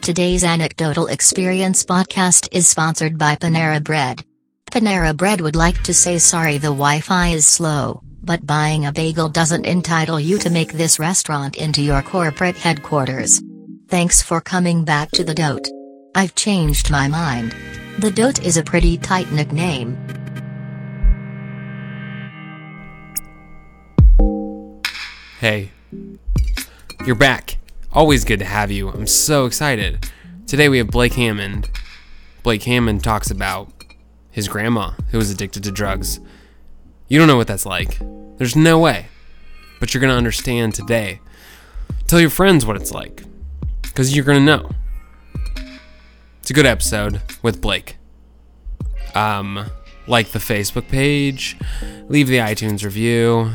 Today's Anecdotal Experience podcast is sponsored by Panera Bread. Panera Bread would like to say sorry the Wi Fi is slow, but buying a bagel doesn't entitle you to make this restaurant into your corporate headquarters. Thanks for coming back to the Dote. I've changed my mind. The Dote is a pretty tight nickname. Hey. You're back. Always good to have you. I'm so excited. Today we have Blake Hammond. Blake Hammond talks about his grandma who was addicted to drugs. You don't know what that's like. There's no way. But you're going to understand today. Tell your friends what it's like because you're going to know. It's a good episode with Blake. Um, like the Facebook page, leave the iTunes review,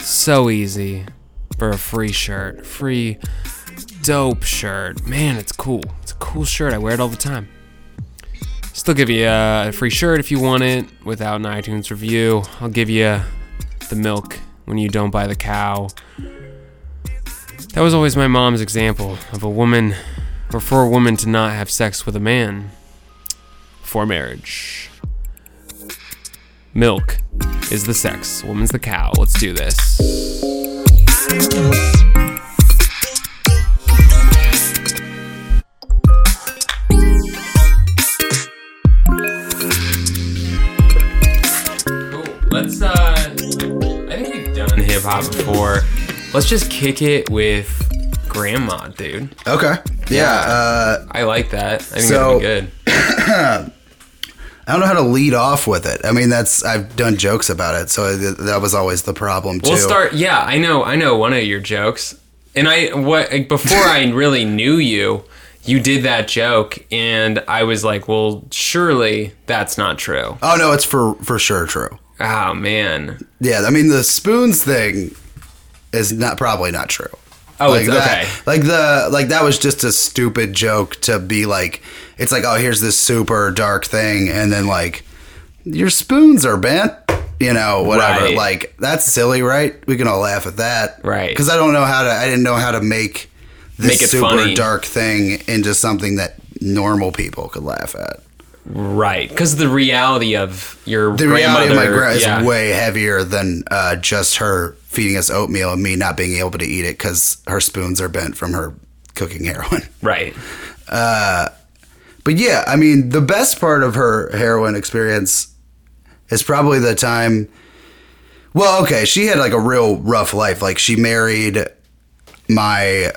so easy for a free shirt. Free dope shirt. Man, it's cool. It's a cool shirt. I wear it all the time. Still give you uh, a free shirt if you want it without an iTunes review. I'll give you the milk when you don't buy the cow. That was always my mom's example of a woman or for a woman to not have sex with a man for marriage. Milk is the sex, woman's the cow. Let's do this. Cool. Let's, uh, I think we've done hip hop before. Let's just kick it with grandma, dude. Okay. Yeah. Uh, I like that. I think So- that'd be good. I don't know how to lead off with it. I mean, that's I've done jokes about it, so th- that was always the problem too. We'll start. Yeah, I know. I know one of your jokes, and I what like, before I really knew you, you did that joke, and I was like, well, surely that's not true. Oh no, it's for for sure true. Oh man. Yeah. I mean, the spoons thing is not probably not true. Oh, like it's that, okay. Like the like that was just a stupid joke to be like. It's like oh here's this super dark thing, and then like your spoons are bent. You know, whatever. Right. Like that's silly, right? We can all laugh at that, Right. Because I don't know how to. I didn't know how to make this Make it super funny. dark thing into something that normal people could laugh at. Right, because the reality of your The reality grandmother, of my grandma is yeah, way heavier than uh, just her feeding us oatmeal and me not being able to eat it because her spoons are bent from her cooking heroin. right. But yeah, I mean, the best part of her heroin experience is probably the time. Well, okay, she had like a real rough life. Like, she married my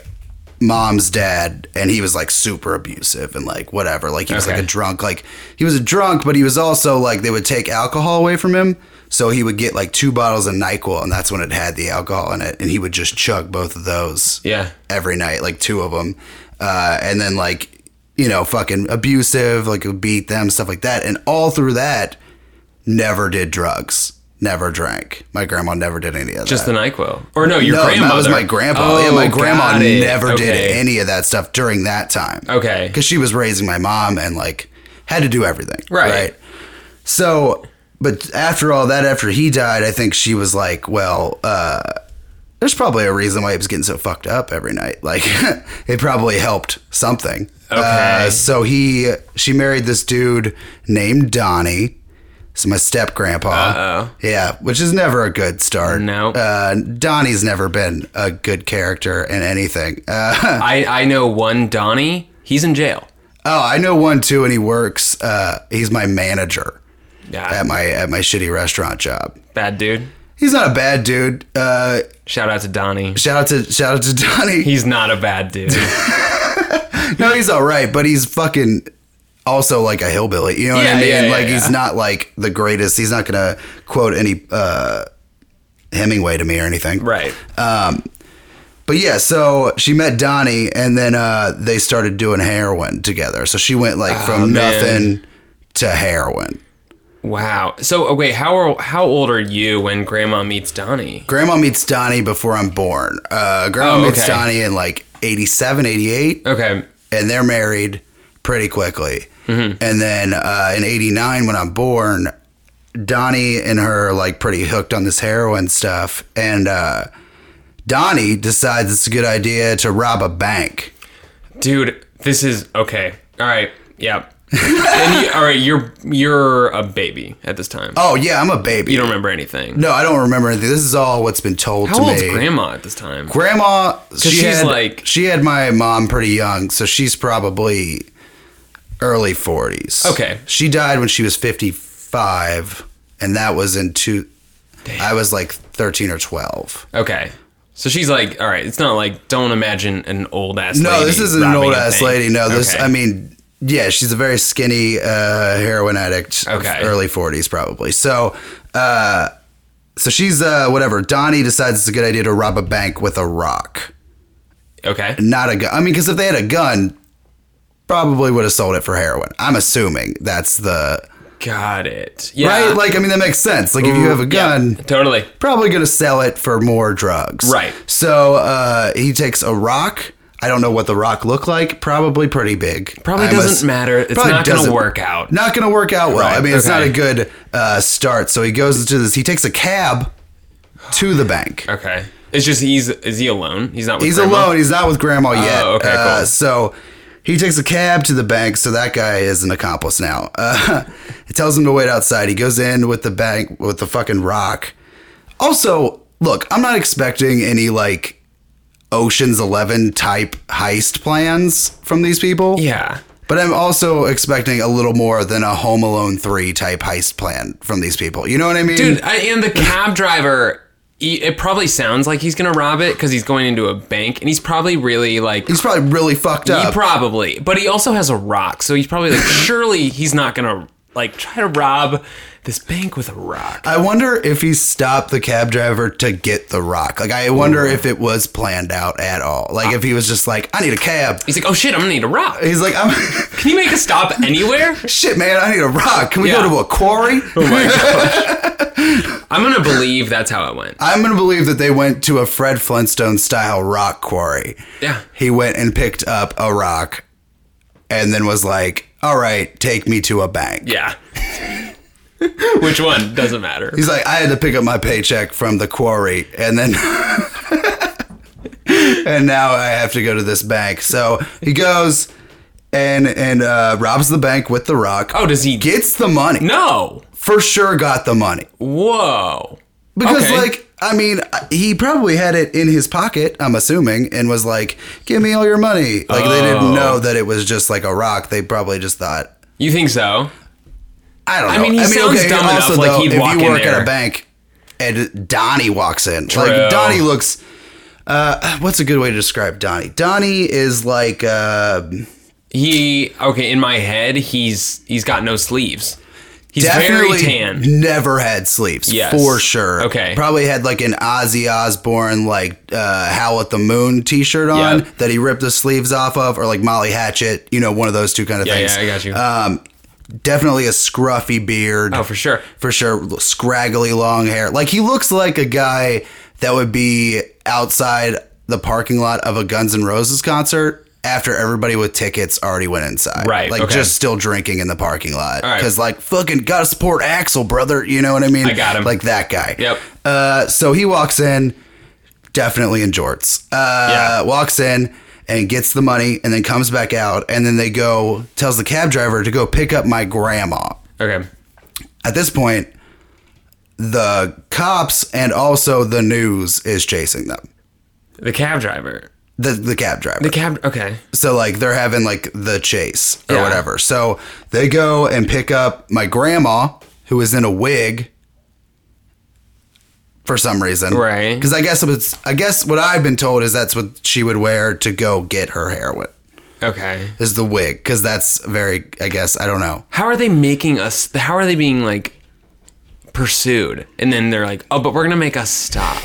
mom's dad, and he was like super abusive and like whatever. Like, he was Okay. like a drunk. Like, he was a drunk, but he was also like, they would take alcohol away from him. So he would get like two bottles of NyQuil, and that's when it had the alcohol in it. And he would just chug both of those Yeah, every night, like two of them. Uh, and then like, you know, fucking abusive, like would beat them, stuff like that. And all through that, never did drugs, never drank. My grandma never did any of just that. the Nyquil, or no, your no, grandmother. that was my grandpa. yeah, Oh, my grandma got it. never did Okay. any of that stuff during that time. Okay, Because she was raising my mom and like had to do everything. Right. So, but after all that, after he died, I think she was like, well, uh, there's probably a reason why he was getting so fucked up every night. Like, it probably helped something. Okay. Uh, so he, she married this dude named Donnie. It's my step grandpa. Uh-oh. Yeah, which is never a good start. No. Uh, Donnie's never been a good character in anything. Uh, I I know one Donnie. He's in jail. Oh, I know one too, and he works. Uh, he's my manager Yeah, at my at my shitty restaurant job. bad dude. He's not a bad dude. Uh, Shout out to Donnie. shout out to shout out to Donnie. He's not a bad dude. no, he's all right, but he's fucking also like a hillbilly. You know what Yeah, I mean? yeah, yeah, like he's yeah. not like the greatest. He's not gonna quote any uh, Hemingway to me or anything. right. But yeah, so she met Donnie, and then uh, they started doing heroin together. So she went like from Oh, man. nothing to heroin. Wow. So okay, how are, how old are you when Grandma meets Donnie? Grandma meets Donnie before I'm born. Uh, Grandma Oh, meets okay. Donnie in like 87, 88, Okay. and they're married pretty quickly. Mm-hmm. And then uh, in 89, when I'm born, Donnie and her are like pretty hooked on this heroin stuff. And uh, Donnie decides it's a good idea to rob a bank. Dude, This is okay. All right. Yeah. And you- all right. You're you're a baby at this time. Oh yeah, I'm a baby. You don't remember anything. No, I don't remember anything. This is all what's been told How to old's me. grandma at this time? Grandma, she she's had, like- she had my mom pretty young, so she's probably early 40s. Okay. She died when she was 55, and that was in two. I was like 13 or 12. Okay. So she's like, all right. It's not like don't imagine an old ass. No, lady this isn't an robbing a old ass bank. lady. No, this, Okay. I mean, yeah, she's a very skinny uh, heroin addict. of Okay. Early 40s, probably. So, uh, so she's, uh, whatever. Donnie decides it's a good idea to rob a bank with a rock. Okay. not a gun. I mean, because if they had a gun, probably would have sold it for heroin. I'm assuming that's the Got it. Yeah. Mm, right. Like, I mean, that makes sense. Like, if you have a Yeah, gun, totally. probably going to sell it for more drugs. Right. So uh, he takes a rock. I don't know what the rock looked like. Probably pretty big. Probably I'm doesn't ass- matter. It's probably not going to doesn't- work out. Not going to work out well. Right, I mean, it's not okay. a good uh, start. So he goes into this. He takes a cab to the bank. Okay. It's just he's is he alone? He's not. With He's grandma? Oh, alone. He's not with grandma yet. okay, cool. Uh, so he takes a cab to the bank. So that guy is an accomplice now. Uh, it tells him to wait outside. He goes in with the bank with the fucking rock. Also, look, I'm not expecting any like Ocean's Eleven type heist plans from these people. Yeah. But I'm also expecting a little more than a Home Alone 3 type heist plan from these people. You know what I mean? Dude, I, and the cab driver, he, it probably sounds like he's gonna rob it because he's going into a bank, and he's probably really like. he's probably really fucked up. he probably, but he also has a rock, so he's probably like, surely he's not gonna like try to rob this bank with a rock. I wonder if he stopped the cab driver to get the rock. Like, I wonder if it was planned out at all. Like, if he was just like, I need a cab. He's like, oh shit, I'm gonna need a rock. He's like, I'm Can you make a stop anywhere? shit, man. I need a rock. Can we Yeah. go to a quarry? Oh my gosh. I'm gonna believe that's how it went. I'm gonna believe that they went to a Fred Flintstone style rock quarry. Yeah. He went and picked up a rock, and then was like, "All right, take me to a bank." Yeah. Which one? Doesn't matter. He's like, I had to pick up my paycheck from the quarry, and then. and now I have to go to this bank. So he goes and and uh, robs the bank with the rock. Oh, does he get? gets the money. No. For sure got the money. Whoa. Because Okay. like I mean, he probably had it in his pocket, I'm assuming, and was like, "Give me all your money." Like they Oh. didn't know that it was just like a rock. They probably just thought, You think so? I don't know. I mean, he sounds dumb enough, like, he'd if walk you in work at there. a bank and Donnie walks in, True. like Donnie looks. Uh, what's a good way to describe Donnie? Donnie is like uh, He okay, in my head, he's he's got no sleeves. He's very definitely tan. never had sleeves Yes. for sure. Okay. probably had like an Ozzy Osbourne like uh, Howl at the Moon T-shirt on Yeah. that he ripped the sleeves off of, or like Molly Hatchet, you know, one of those two kind of Yeah, things. yeah, I got you. Um, definitely a scruffy beard. Oh, for sure. for sure scraggly long hair like he looks like a guy that would be outside the parking lot of a guns N' roses concert after everybody with tickets already went inside Right, like okay. just still drinking in the parking lot right. because like fucking gotta support axel brother you know what i mean I got him. like that guy Yep. uh so he walks in definitely in jorts uh Yeah. walks in and gets the money and then comes back out and then they go tells the cab driver to go pick up my grandma Okay. at this point, the cops and also the news is chasing them. The cab driver. The the cab driver. The cab okay. so like they're having like the chase or Yeah. whatever. So they go and pick up my grandma who is in a wig for some reason. Right. Cuz I guess it was I guess what I've been told is that's what she would wear to go get her heroin. Okay. Is the wig cuz that's very I guess I don't know. How are they making us how are they being like pursued? And then they're like, Oh, but we're gonna make us stop.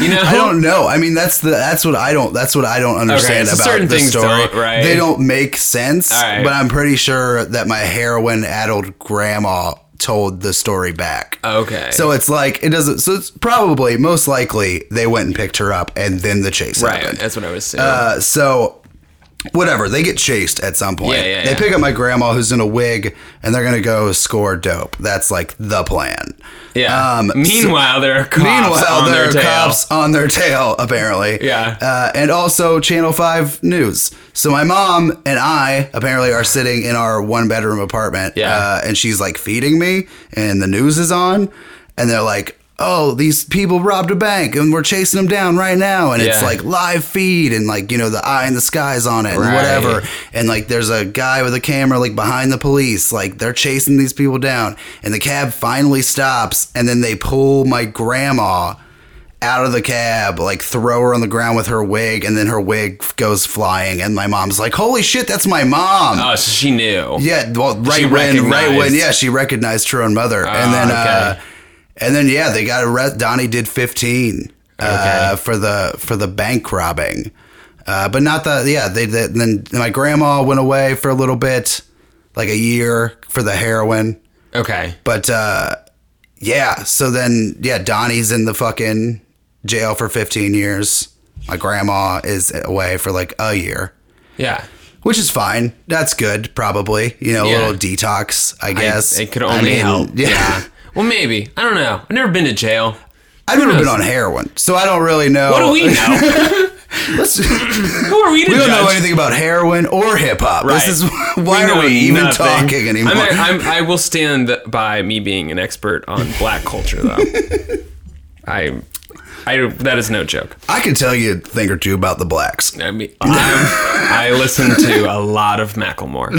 You know? I don't know. I mean, that's the that's what I don't that's what I don't understand so about certain the things story. don't, right? They don't make sense. All right. But I'm pretty sure that my heroin addled grandma told the story back. Okay. So it's like it doesn't. So it's probably most likely they went and picked her up, and then the chase Right, happened. that's what I was saying. Uh, so whatever. They get chased at some point. Yeah, yeah, they yeah. pick up my grandma who's in a wig, and they're gonna go score dope. That's like the plan. Yeah. Um, meanwhile, there are cops Meanwhile, on there their are tail. cops on their tail, apparently. Yeah. Uh, and also Channel 5 News. So my mom and I apparently are sitting in our one bedroom apartment. Yeah. Uh, and she's like feeding me, and the news is on. And they're like, oh, these people robbed a bank, and we're chasing them down right now. And it's Yeah. like live feed, and like, you know, the eye in the sky's on it, and Right. whatever. And like, there's a guy with a camera, like behind the police, like they're chasing these people down. And the cab finally stops, and then they pull my grandma out of the cab, like throw her on the ground with her wig, and then her wig goes flying. And my mom's like, "Holy shit, that's my mom!" Oh, so she knew. yeah, well, right She when, right when, recognized. Ah, yeah, she recognized her own mother, and then, uh, okay. and then, yeah, they got arrested. Donnie did fifteen uh, for the for the bank robbing, uh, but not the yeah. They, they then my grandma went away for a little bit, like a year for the heroin. Okay. But uh yeah, so then yeah, Donnie's in the fucking jail for 15 years. My grandma is away for like a year, Yeah. which is fine. That's good, probably. You know, a Yeah. little detox, I guess. It could I only mean, help. Yeah. Well, maybe. I don't know. I've never been to jail. I've never been on heroin, so I don't really know. What do we know? Let's- Oh. we Who are we to don't judge? know anything about heroin or hip hop. Right. This is why know are we even nothing. talking anymore? I'm, I'm, I will stand by me being an expert on black culture, though. I, I that is no joke. I could tell you a thing or two about the blacks. I mean, i I listen to a lot of Macklemore.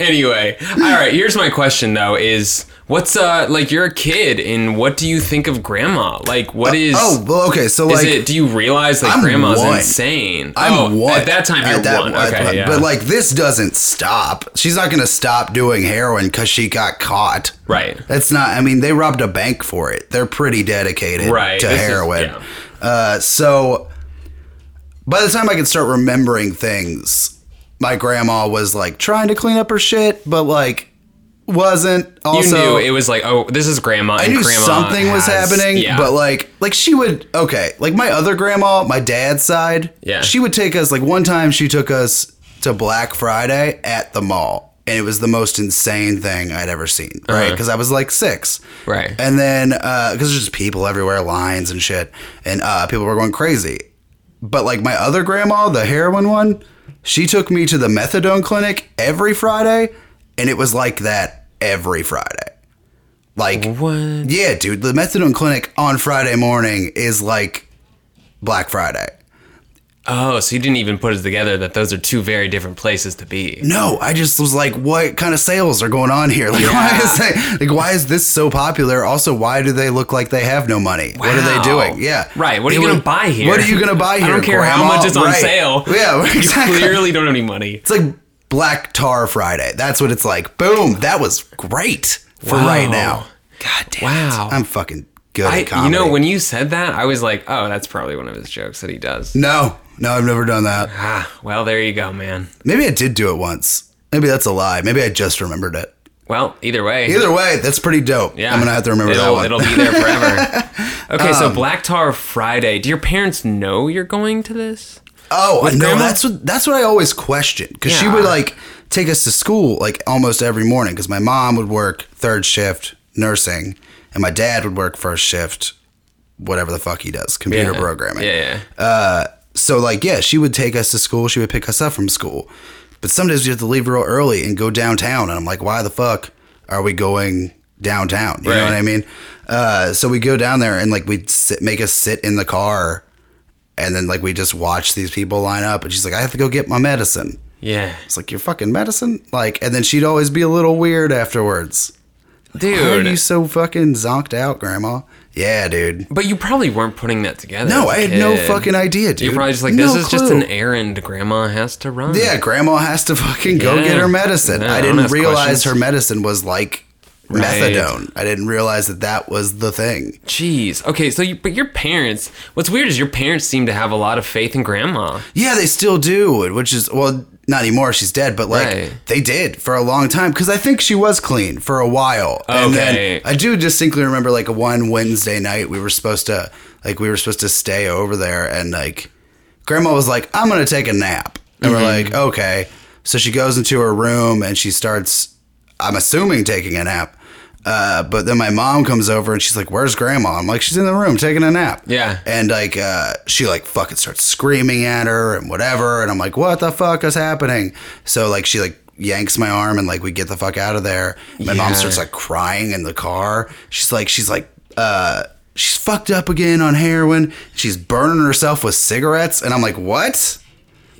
anyway, all right. Here's my question though: Is what's uh like you're a kid and what do you think of grandma? Like, what is Oh, well, okay. So is like, it? Do you realize that I'm grandma's one. insane? I'm oh, one. at that time. At You're that- one. at Okay, that- yeah. But like this doesn't stop. She's not going to stop doing heroin because she got caught. right. That's not. I mean, they robbed a bank for it. They're pretty dedicated Right, to this is- heroin. yeah. uh, so by the time I could start remembering things, my grandma was like trying to clean up her shit, but like wasn't. You Also, knew it was like, oh, this is grandma. I and knew grandma something was has- happening, yeah. but like, like she would okay, like my other grandma, my dad's side, Yeah. she would take us. Like one time, she took us to Black Friday at the mall, and it was the most insane thing I'd ever seen. Right? Uh-huh. Because I was like six, Right. And then because there's just people everywhere, lines and shit, and uh, people were going crazy. But like my other grandma, the heroin one, she took me to the methadone clinic every Friday, and it was like that every Friday. Like what? yeah, dude, the methadone clinic on Friday morning is like Black Friday. Oh, so you didn't even put it together that those are two very different places to be. No, I just was like, what kind of sales are going on here? Like, why is they, like, why is this so popular? Also, why do they look like they have no money? What are they Wow. doing? Yeah, Right, what are It you gonna was- buy here? What are you gonna buy I here? don't care how grandma? much it's on Right. sale. Yeah, exactly. You clearly don't have any money. It's like Black Tar Friday. That's what it's like. Boom. That was great for Wow. right now. God damn. Wow. It. I'm fucking good I, at comedy. you know, when you said that, I was like, oh, that's probably one of his jokes that he does. no, no, I've never done that. Ah, well, there you go, man. Maybe I did do it once. Maybe that's a lie. Maybe I just remembered it. Well, either way. Either way, that's pretty dope. yeah, I'm gonna have to remember it'll, that one. Um, It'll be there forever. okay, so Black Tar Friday. Do your parents know you're going to this? oh, I know. grandma? That's what that's what I always question because she would Yeah. like take us to school like almost every morning because my mom would work third shift nursing and my dad would work first shift, whatever the fuck he does, computer programming. Yeah, yeah. So like, yeah, she would take us to school. She would pick us up from school. But sometimes you have to leave real early and go downtown, and I'm like, why the fuck are we going downtown? You know Right. what I mean? Uh, so we go down there and like we sit, make us sit in the car, and then like we just watch these people line up. And she's like, I have to go get my medicine. Yeah. It's like your fucking medicine, like. And then she'd always be a little weird afterwards. Why are Dude. you so fucking zonked out, Grandma? Yeah, dude. But you probably weren't putting that together. No, as I a had no kid. fucking idea, dude. You're probably just like, this No is just clue. an errand grandma has to run. Yeah, grandma has to fucking go Yeah. get her medicine. Yeah, I don't didn't ask realize questions. her medicine was like Right. methadone. I didn't realize that that was the thing. Jeez. Okay, so you, but your parents, what's weird is your parents seem to have a lot of faith in grandma. Yeah, they still do, which is well, not anymore. She's dead, but like Right. they did for a long time because I think she was clean for a while. And then Okay. I do distinctly remember like one Wednesday night we were supposed to like we were supposed to stay over there and like grandma was like, "I'm gonna take a nap." And we're Mm-hmm. like, okay. So she goes into her room and she starts, I'm assuming, taking a nap. Uh, but then my mom comes over and she's like, "Where's Grandma?" I'm like, "She's in the room taking a nap." Yeah. And like, uh, she like fucking starts screaming at her and whatever. And I'm like, "What the fuck is happening?" So like, she like yanks my arm and like we get the fuck out of there. My mom Yeah. starts like crying in the car. She's like, she's like, uh, she's fucked up again on heroin. She's burning herself with cigarettes. And I'm like, what?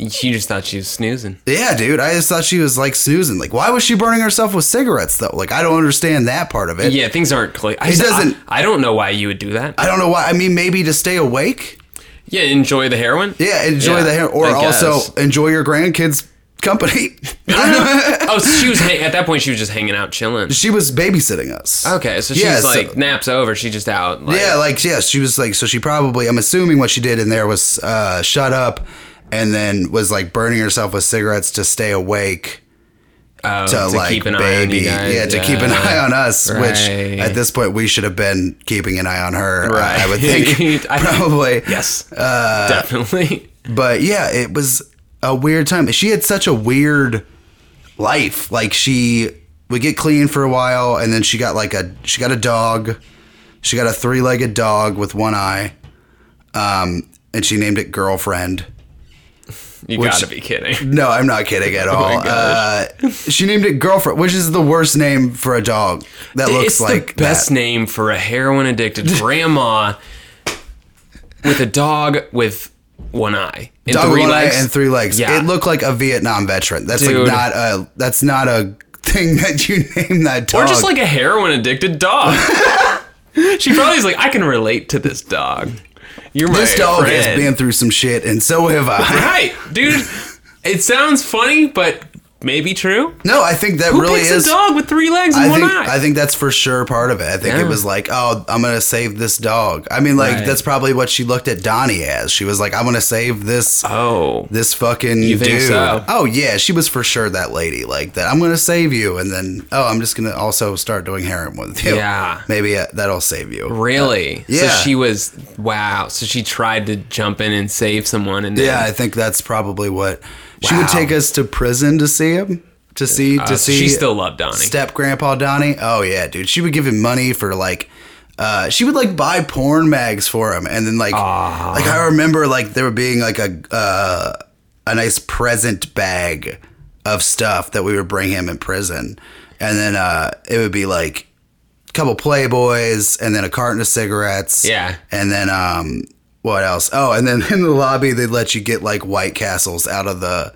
She just thought she was snoozing. Yeah, dude. I just thought she was like snoozing. Like, why was she burning herself with cigarettes though? Like, I don't understand that part of it. Yeah, things aren't clear. I, It doesn't- I, I don't know why you would do that. I don't know why. I mean, maybe to stay awake. Yeah, enjoy the heroin. Yeah, enjoy Yeah, the hair, or I also guess. enjoy your grandkids' company. oh, so she was hang- at that point. She was just hanging out, chilling. she was babysitting us. Okay, so she's Yeah, so- like naps over. She's just out. Like, Yeah, like yeah, she was like so she probably I'm assuming what she did in there was uh shut up and then was like burning herself with cigarettes to stay awake oh, to, like keep an baby. eye on you guys. yeah, to keep an eye on us, Right. which at this point we should have been keeping an eye on her. uh, I would think I- probably. Yes, uh, definitely. But yeah, it was a weird time. She had such a weird life. Like she would get clean for a while, and then she got like a she got a dog. She got a three legged dog with one eye, um, and she named it girlfriend. You Which- gotta be kidding. No, I'm not kidding at all. Oh gosh. uh, she named it girlfriend, which is the worst name for a dog. That looks it's like the best that. name for a heroin addicted grandma with a dog with one eye and Dog with three one eye legs and three legs. Yeah. It looked like a Vietnam veteran. That's Dude. like not a that's not a thing that you name that dog. or just like a heroin addicted dog. she probably is like, I can relate to this dog. You're my This dog friend. has been through some shit, and so have I. right, dude. It sounds funny, but maybe true. No, I think that Who really picks is. a dog with three legs and I one think eye? I think that's for sure part of it. I think Yeah. it was like, oh, I'm gonna save this dog. I mean, like Right. that's probably what she looked at Donnie as. She was like, I'm gonna save this oh, this fucking You think dude. so? Oh yeah, she was for sure that lady. Like that, I'm gonna save you, and then oh, I'm just gonna also start doing heroin with you. Yeah. maybe uh, that'll save you. really? So yeah. she was wow. So she tried to jump in and save someone, and then, Yeah, I think that's probably what she would Wow. take us to prison to see him. To see, to uh, see, she still loved Donnie. Step grandpa Donnie. Oh yeah, dude. She would give him money for like uh, she would like buy porn mags for him and then like like I remember like there being like a uh, a nice present bag of stuff that we would bring him in prison. And then uh, it would be like a couple playboys and then a carton of cigarettes. Yeah. And then um what else? Oh, and then in the lobby they'd let you get like White Castles out of the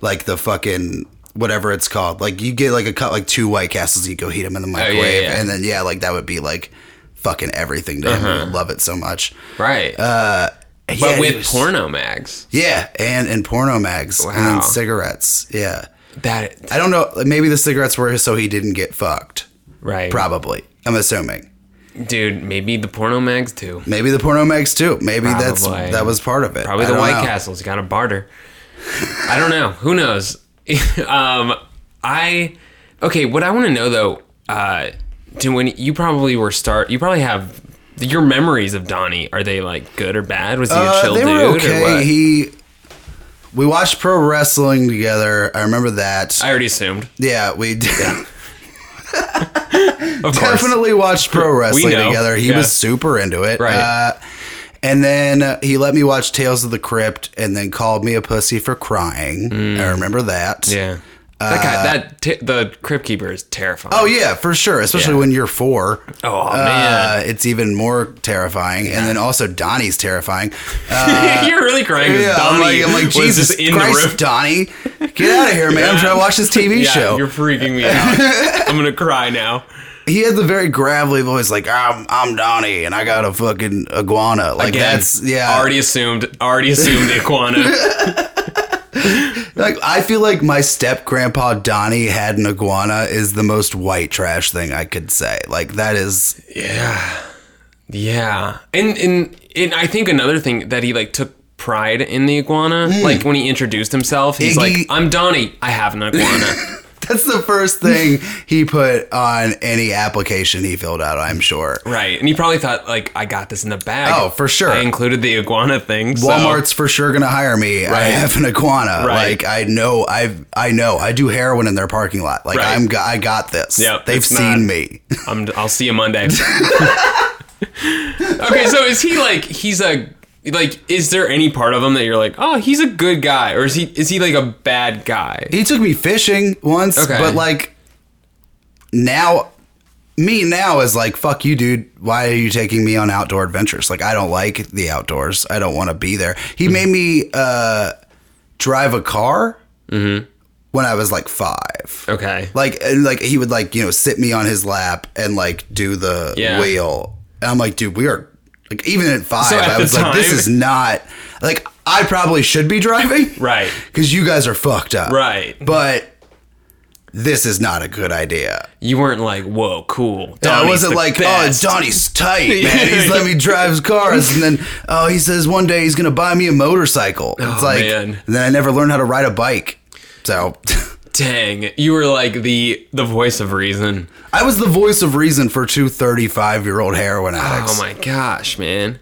like the fucking whatever it's called. Like you get like a cut like two White Castles and you go heat them in the Oh, yeah, microwave yeah. and then yeah, like that would be like fucking everything to him. He would love it so much. right? uh, But but with porno mags, Yeah, and and porno mags and Wow. then cigarettes. Yeah. that I don't know, maybe the cigarettes were so he didn't get fucked. right? Probably. I'm assuming. dude. Maybe the porno mags too. Maybe the porno mags too. Maybe that's Probably. that was part of it. Probably I the don't White know. Castles. Got to barter. I don't know. Who knows? um, I okay. What I want to know though, uh, do when you probably were start. You probably have your memories of Donnie. Are they like good or bad? Was he a Uh, chill they dude were okay. or what? He. We watched pro wrestling together. I remember that. I already assumed. yeah, we did. Of course. definitely watched pro wrestling know. together. He Yeah. was super into it. Right. Uh, and then uh, he let me watch Tales of the Crypt, and then called me a pussy for crying. I remember that. Mm. Yeah. That guy, that t- the crypt keeper is terrifying. Uh, Oh yeah, for sure. Especially Yeah. when you're four. Oh, Uh, man, it's even more terrifying. And then also Donnie's terrifying. you're really crying. 'cause Yeah, I'm Donnie like, I'm like was Jesus just in the Christ, room. Donnie, get out of here, man! I'm trying to watch this TV Yeah, show. You're freaking me out. I'm gonna cry now. He had the very gravelly voice, like I'm, I'm Donnie, and I got a fucking iguana. Like Again, that's yeah. Already assumed. Already assumed the iguana. like I feel like my step grandpa Donnie had an iguana is the most white trash thing I could say. Like that is yeah, and and and I think another thing that he like took Hmm. pride in the iguana, like when he introduced himself, he's Iggy- like, "I'm Donnie. I have an iguana." That's the first thing he put on any application he filled out, I'm sure. Right. And he probably thought, like, I got this in the bag. Oh, for sure. I included the iguana thing. so- Walmart's for sure gonna hire me. I Right. have an iguana. Right. Like I know I've I know I do heroin in their parking lot. Like Right. I'm go- I got this. Yep, They've it's seen not- me. I'm, I'll see you Monday. okay, so is he like he's a like is there any part of him that you're like oh he's a good guy or is he is he like a bad guy? He took me fishing once, Okay. but like now me now is like fuck you dude why are you taking me on outdoor adventures like i don't like the outdoors i don't want to be there he made me uh drive a car Mm-hmm. when i was like five Okay, like and, like he would like you know sit me on his lap and like do the Yeah. wheel and i'm like dude we are like even at five So at i the was like this time- is not like i probably should be driving Right. because you guys are fucked up Right. but this is not a good idea. you weren't like whoa cool. Yeah, I Donnie's wasn't the like, best." oh, Donnie's tight, man. He's let me drive his cars, and then oh, he says one day he's gonna buy me a motorcycle. It's like, Oh, man. and then I never learned how to ride a bike. So, dang, you were like the the voice of reason. I was the voice of reason for two 35 year old heroin addicts. Oh my gosh, man,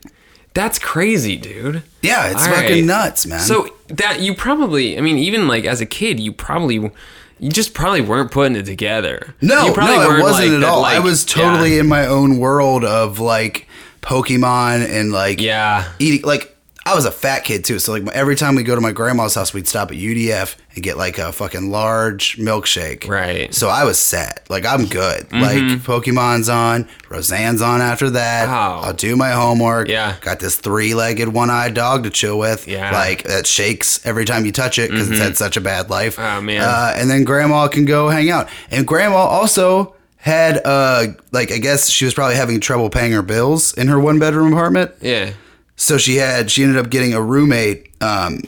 that's crazy, dude. Yeah, it's All fucking right. nuts, man. So that you probably, I mean, even like as a kid, you probably, you just probably weren't putting it together. no, you probably no, it weren't, wasn't like, at that, all. I like- was totally yeah. in my own world of like Pokemon and like Yeah. eating like I was a fat kid too, so like every time we go to my grandma's house, we'd stop at UDF and get like a fucking large milkshake. Right. Mm-hmm. So I was set. Like I'm good. Like Pokemon's on, Roseanne's on after that. Wow. I'll do my homework. Yeah. Got this three-legged, one-eyed dog to chill with. Yeah. Mm-hmm. Like that shakes every time you touch it because it's had such a bad life. Oh, man. Uh, and then grandma can go hang out. And grandma also had uh like I guess she was probably having trouble paying her bills in her one bedroom apartment. Yeah. So she had she ended up getting a roommate um,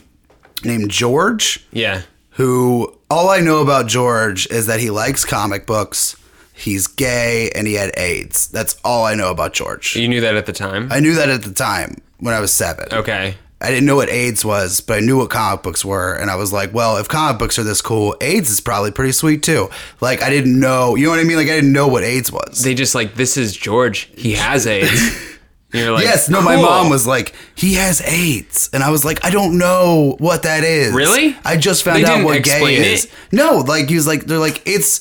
named George, Yeah. who all I know about George is that he likes comic books, he's gay, and he had AIDS. That's all I know about George. You knew that at the time. I knew that at the time when I was seven. okay. I didn't know what AIDS was, but I knew what comic books were, and I was like, well, if comic books are this cool, AIDS is probably pretty sweet too. Like I didn't know, you know what I mean? Like I didn't know what AIDS was. They just like this is George. He has AIDS. And You're like Yes, no, my cool. mom was like, he has AIDS. And I was like, I don't know what that is. Really? I just found They out didn't what gay explain is. it? No, like, he was like, they're like, it's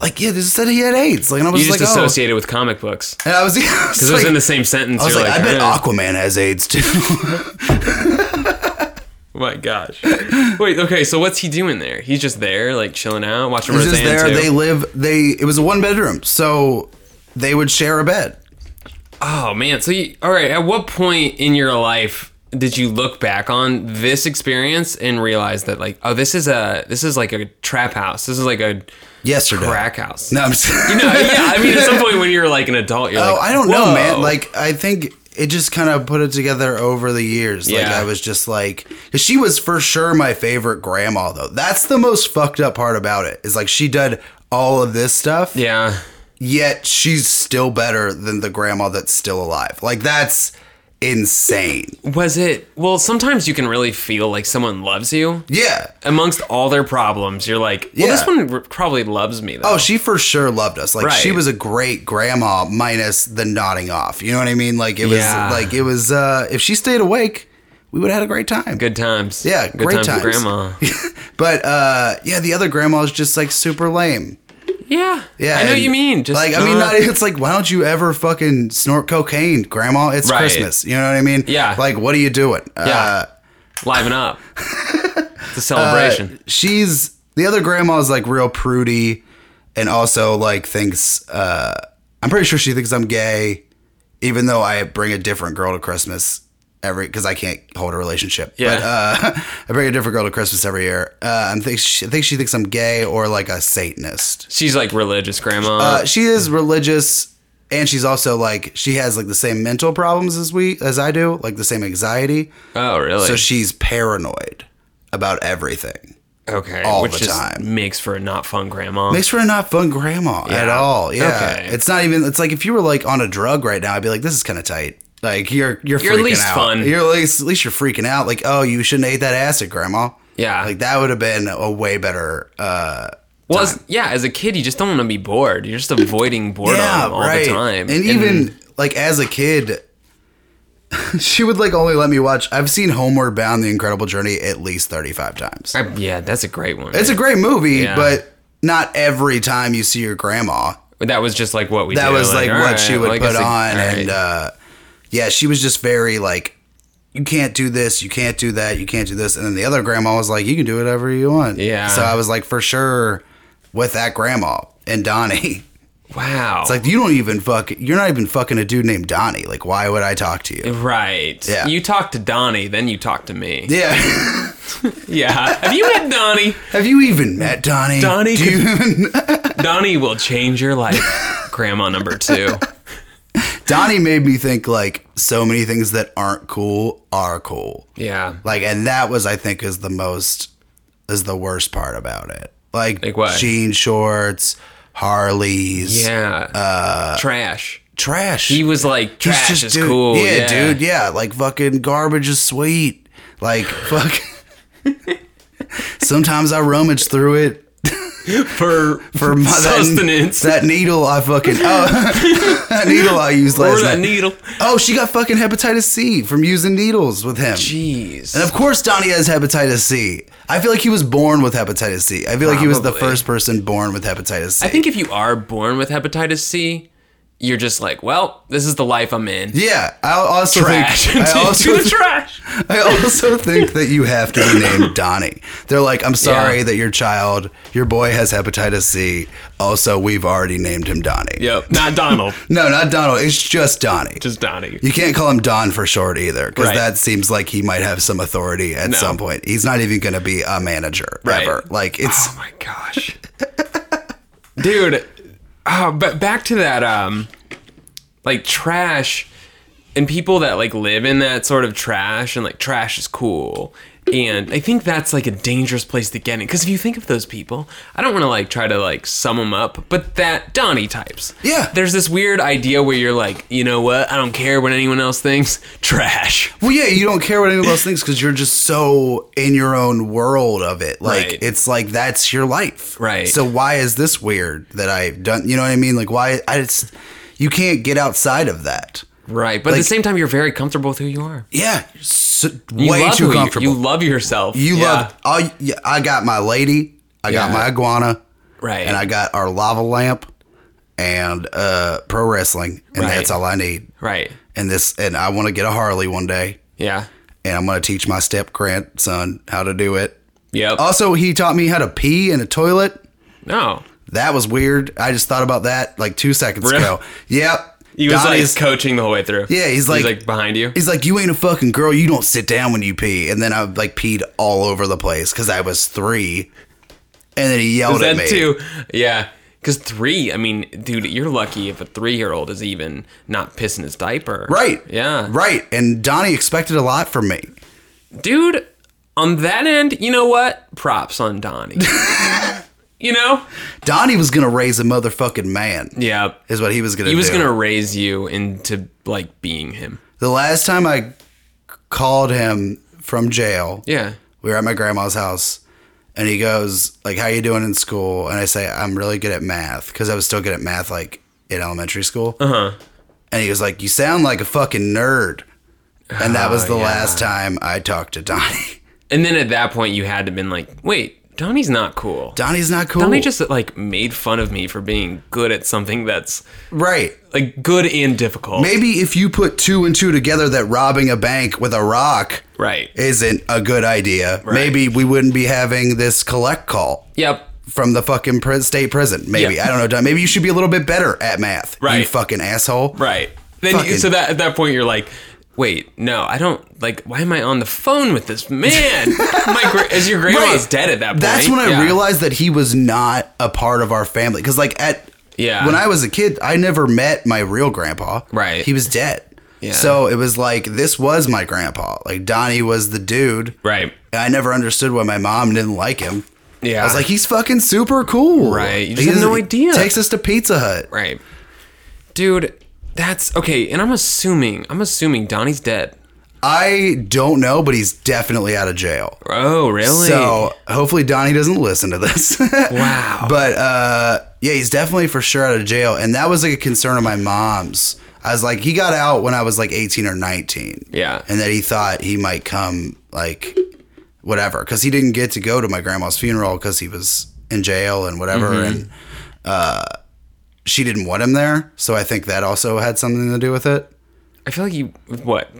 like, yeah, they just said he had AIDS. Like, and I was You just like, oh. associated with comic books And I was, I was, because it was like- in the same sentence. I was You're like, I bet eh. Aquaman has AIDS too. Oh my gosh. Wait. Okay. So what's he doing there? He's just there, like chilling out, watching He's just Roseanne there. too. They live, they, it was a one bedroom. So they would share a bed. Oh man, so you, all right, at what point in your life did you look back on this experience and realize that like, oh, this is a this is like a trap house. This is like a Yesterday. crack house. No, I'm just, You know, yeah, I mean at some point when you're like an adult, you're Oh, like, I don't know, whoa. man. Like, I think it just kind of put it together over the years. Like, Yeah. I was just like, 'cause she was for sure my favorite grandma, though. That's the most fucked up part about it is like she did all of this stuff, Yeah. yet she's still better than the grandma that's still alive. Like, that's insane. Was it well sometimes you can really feel like someone loves you. Yeah. Amongst all their problems, you're like, well, Yeah. this one r- probably loves me though. Oh, she for sure loved us. Like she Right. was a great grandma minus the nodding off. You know what I mean? Like it was Yeah. like it was uh if she stayed awake, we would have had a great time. good times. Yeah, good great times, with times. grandma. But uh, yeah, the other grandma's just like super lame. yeah. I Yeah, know and, what you mean. Just uh, like I mean, not, it's like why don't you ever fucking snort cocaine, Grandma? It's Right. Christmas. You know what I mean? Yeah. Like what are you doing? Uh, Yeah. Liven up. it's a celebration. Uh, she's the other grandma's like real prudy, and also like thinks uh, I'm pretty sure she thinks I'm gay, even though I bring a different girl to Christmas every because I can't hold a relationship. Yeah. But, uh, I bring a different girl to Christmas every year. Uh, I'm think she, I think she thinks I'm gay or like a Satanist. She's like religious grandma. Uh, she is religious, and she's also like she has like the same mental problems as we as I do, like the same anxiety. oh, really? So she's paranoid about everything. okay, all which the just time. makes for a not fun grandma. Makes for a not fun grandma at all. Yeah, Okay. it's not even. It's like if you were like on a drug right now, I'd be like, this is kind of tight. Like you're you're You're at freaking least out. fun. You're at least at least you're freaking out. Like oh, you shouldn't have ate that acid, grandma. Yeah. Like that would have been a way better uh, Well, as, yeah, as a kid, you just don't want to be bored. You're just avoiding boredom all the time. And even like as a kid, she would like only let me watch. I've seen Homeward Bound: The Incredible Journey at least thirty-five times. I- yeah, that's a great one. It's a great movie, Yeah. but not every time you see your grandma. that was just like what we. That did. was like, all what right, she would well, I put guess it- on, all right. and uh, yeah, she was just very like, you can't do this, you can't do that, you can't do this, and then the other grandma was like, you can do whatever you want. Yeah. So I was like, for sure, with that grandma and Donnie. wow, It's like you don't even fuck. You're not even fucking a dude named Donnie. Like, why would I talk to you? right. Yeah. You talk to Donnie, then you talk to me. Yeah. Yeah. Have you met Donnie? Have you even met Donnie? Donnie Do could- you, Donnie will change your life, Grandma number two. Donnie made me think like so many things that aren't cool are cool. Yeah. Like, and that was I think is the most is the worst part about it. Like, Like what? jean shorts, Harleys, Yeah. trash. trash. He was like, Uh, He's trash is dude, cool. Yeah, dude. Yeah, like fucking garbage is sweet. Like fuck. Sometimes I rummage through it. For for my, that- sustenance. That, needle I fucking oh, that needle I used or last that night. needle. oh, she got fucking hepatitis C from using needles with him. Jeez. And of course, Donnie has hepatitis C. I feel like he was born with hepatitis C. I feel like he was the Probably. first person born with hepatitis C. I think if you are born with hepatitis C, you're just like, well, this is the life I'm in. Yeah, I also Trash. think I also, to the trash. I also think that you have to be named Donnie. They're like, I'm sorry Yeah. that your child, your boy has hepatitis C. Also, we've already named him Donnie. Yep. Not Donald. No, not Donald. It's just Donnie. just Donnie. You can't call him Don for short either, because Right. that seems like he might have some authority at some point. He's not even going to be a manager Right. ever. Like it's Oh my gosh, dude. Oh, but back to that, um, like trash, and people that like live in that sort of trash, and like trash is cool. And I think that's like a dangerous place to get in because if you think of those people, I don't want to like try to like sum them up, but that Donnie types. Yeah. There's this weird idea where you're like, you know what? I don't care what anyone else thinks. Trash. well, yeah, you don't care what anyone else thinks because you're just so in your own world of it. Like Right. it's like that's your life, Right. So why is this weird that I've done? You know what I mean? Like why? I just you can't get outside of that. Right. But at the Like- same time, you're very comfortable with who you are. Yeah, you're so, You way love who too you- comfortable. You, You, love yourself. Yeah. love. all y- yeah, I got my lady. I got Yeah. my iguana. Right. and I got our lava lamp and uh pro wrestling and Right. that's all I need. Right. And this and I want to get a Harley one day Yeah. and I'm going to teach my step grandson how to do it. Yep. Also, he taught me how to pee in a toilet. no. That was weird. I just thought about that like 2 seconds Really? ago. Yep. He was Donnie's- like coaching the whole way through. Yeah, he's like- he's like behind you. He's like, you ain't a fucking girl. You don't sit down when you pee. And then I like peed all over the place because I was three. And then he yelled at That me. too. Yeah. Because three, I mean, dude, you're lucky if a three year old is even not pissing his diaper. Right. Yeah. Right. And Donnie expected a lot from me. Dude, on that end, you know what? Props on Donnie. you know? Donnie was gonna raise a motherfucking man. Yeah. Is what he was gonna He was do. going to raise you into like being him. the last time I called him from jail, Yeah. we were at my grandma's house and he goes, like, how you doing in school? And I say, I'm really good at math, because I was still good at math like in elementary school. Uh-huh. And he was like, You sound like a fucking nerd. And that Ah, was the last time I talked to Donnie. And then at that point, you had to been like, wait, Donnie's not cool. Donnie's not cool. Donnie just like made fun of me for being good at something that's Right. like good and difficult. Maybe if you put two and two together that robbing a bank with a rock Right. isn't a good idea. Maybe we wouldn't be having this collect call Yep. from the fucking pri- state prison. Maybe Yeah. I don't know. Don- Maybe you should be a little bit better at math. You Right. fucking asshole. Right. Then you, Fucking- so that at that point you're like, wait, no, I don't like. Why am I on the phone with this man? My gra- as your grandma is Right. dead at that point. That's when I Yeah. realized that he was not a part of our family. Because like at Yeah. when I was a kid, I never met my real grandpa. Right. He was dead. So it was like this was my grandpa. Like Donnie was the dude. Right. And I never understood why my mom didn't like him. Yeah. I was like, he's fucking super cool. Right, you just had no he idea. Takes us to Pizza Hut. Right. Dude, that's okay. And I'm assuming. I'm assuming Donnie's dead. I don't know, but he's definitely out of jail. Oh, really? So hopefully Donnie doesn't listen to this. Wow. But uh, yeah, he's definitely for sure out of jail, and that was like a concern of my mom's. I was like, he got out when I was like 18 or 19. Yeah. And that he thought he might come like whatever because he didn't get to go to my grandma's funeral because he was in jail and whatever, Mm-hmm. and uh, she didn't want him there. So I think that also had something to do with it. I feel like he what?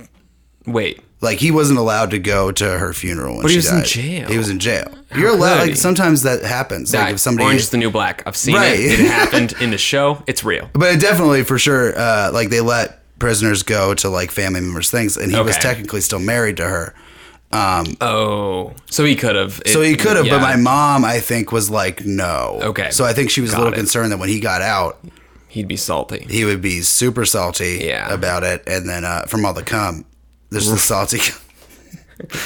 Wait. Like he wasn't allowed to go to her funeral when he she was in died. jail. He was in jail. You're allowed. could Like he? sometimes that happens. Like I- if somebody, Orange is the new black. I've seen Right. it. It happened in the show. It's real. but it definitely for sure, uh, like they let prisoners go to like family members' things, and he was Okay. technically still married to her. Oh, so he could have. So he could have, but my mom, I think, was like, no. Okay. So I think she was a little it. concerned that when he got out, he'd be salty. he would be super salty Yeah. about it, and then uh, from all the cum, there's the salty.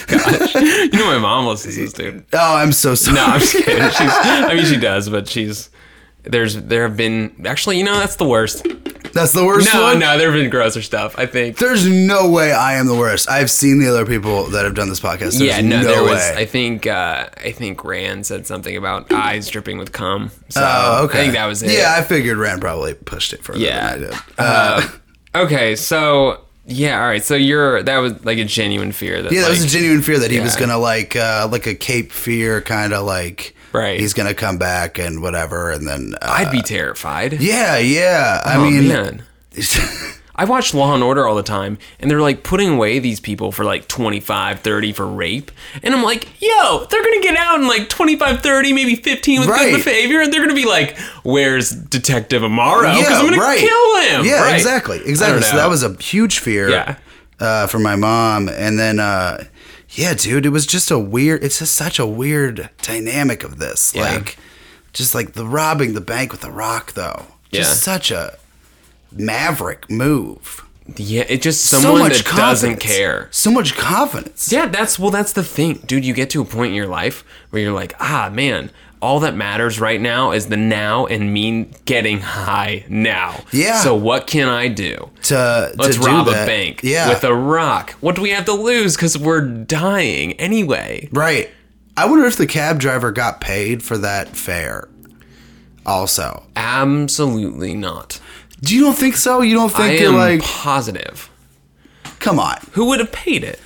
You know, my mom listens to this dude. oh, I'm so sorry. No, I'm just kidding. She's, I mean, she does, but she's there's there have been actually, you know, that's the worst. That's the worst No, one. no, there have been grosser stuff. I think. There's no way I am the worst. I've seen the other people that have done this podcast. There's yeah, no, there way. was. I think uh, I think Rand said something about eyes dripping with cum. So oh, okay. I think that was it. Yeah, I figured Rand probably pushed it further Yeah. Uh, than I did. Uh, Okay, so yeah, all right. So you're that was like a genuine fear that Yeah, that like, was a genuine fear that he was Yeah. gonna like uh, like a Cape Fear kind of like Right. He's gonna come back and whatever, and then uh, I'd be terrified. yeah, yeah. I mean, Oh, man. I watch Law and Order all the time, and they're like putting away these people for like 25, 30 for rape. And I'm like, yo, they're gonna get out in like 25, 30, maybe 15 with Right. good behavior, and they're gonna be like, where's Detective Amaro? Because yeah, I'm gonna right. kill him. Yeah, Right. exactly, I exactly. don't So know. that was a huge fear Yeah. uh, for my mom, and then uh, yeah, dude, it was just a weird. It's just such a weird dynamic of this, Yeah. like just like the robbing the bank with the rock, though. Just Yeah. such a maverick move. Yeah, it's just someone that doesn't confidence. care. So much confidence. Yeah, that's well, that's the thing, dude. You get to a point in your life where you're like, ah, man, all that matters right now is the now and me getting high now. Yeah. So what can I do? To, Let's to do rob a that. bank Yeah. with a rock. What do we have to lose? Because we're dying anyway. Right. I wonder if the cab driver got paid for that fare. Also, Absolutely not. do you don't think so? You don't think I you're am like, positive. come on, Who would have paid it?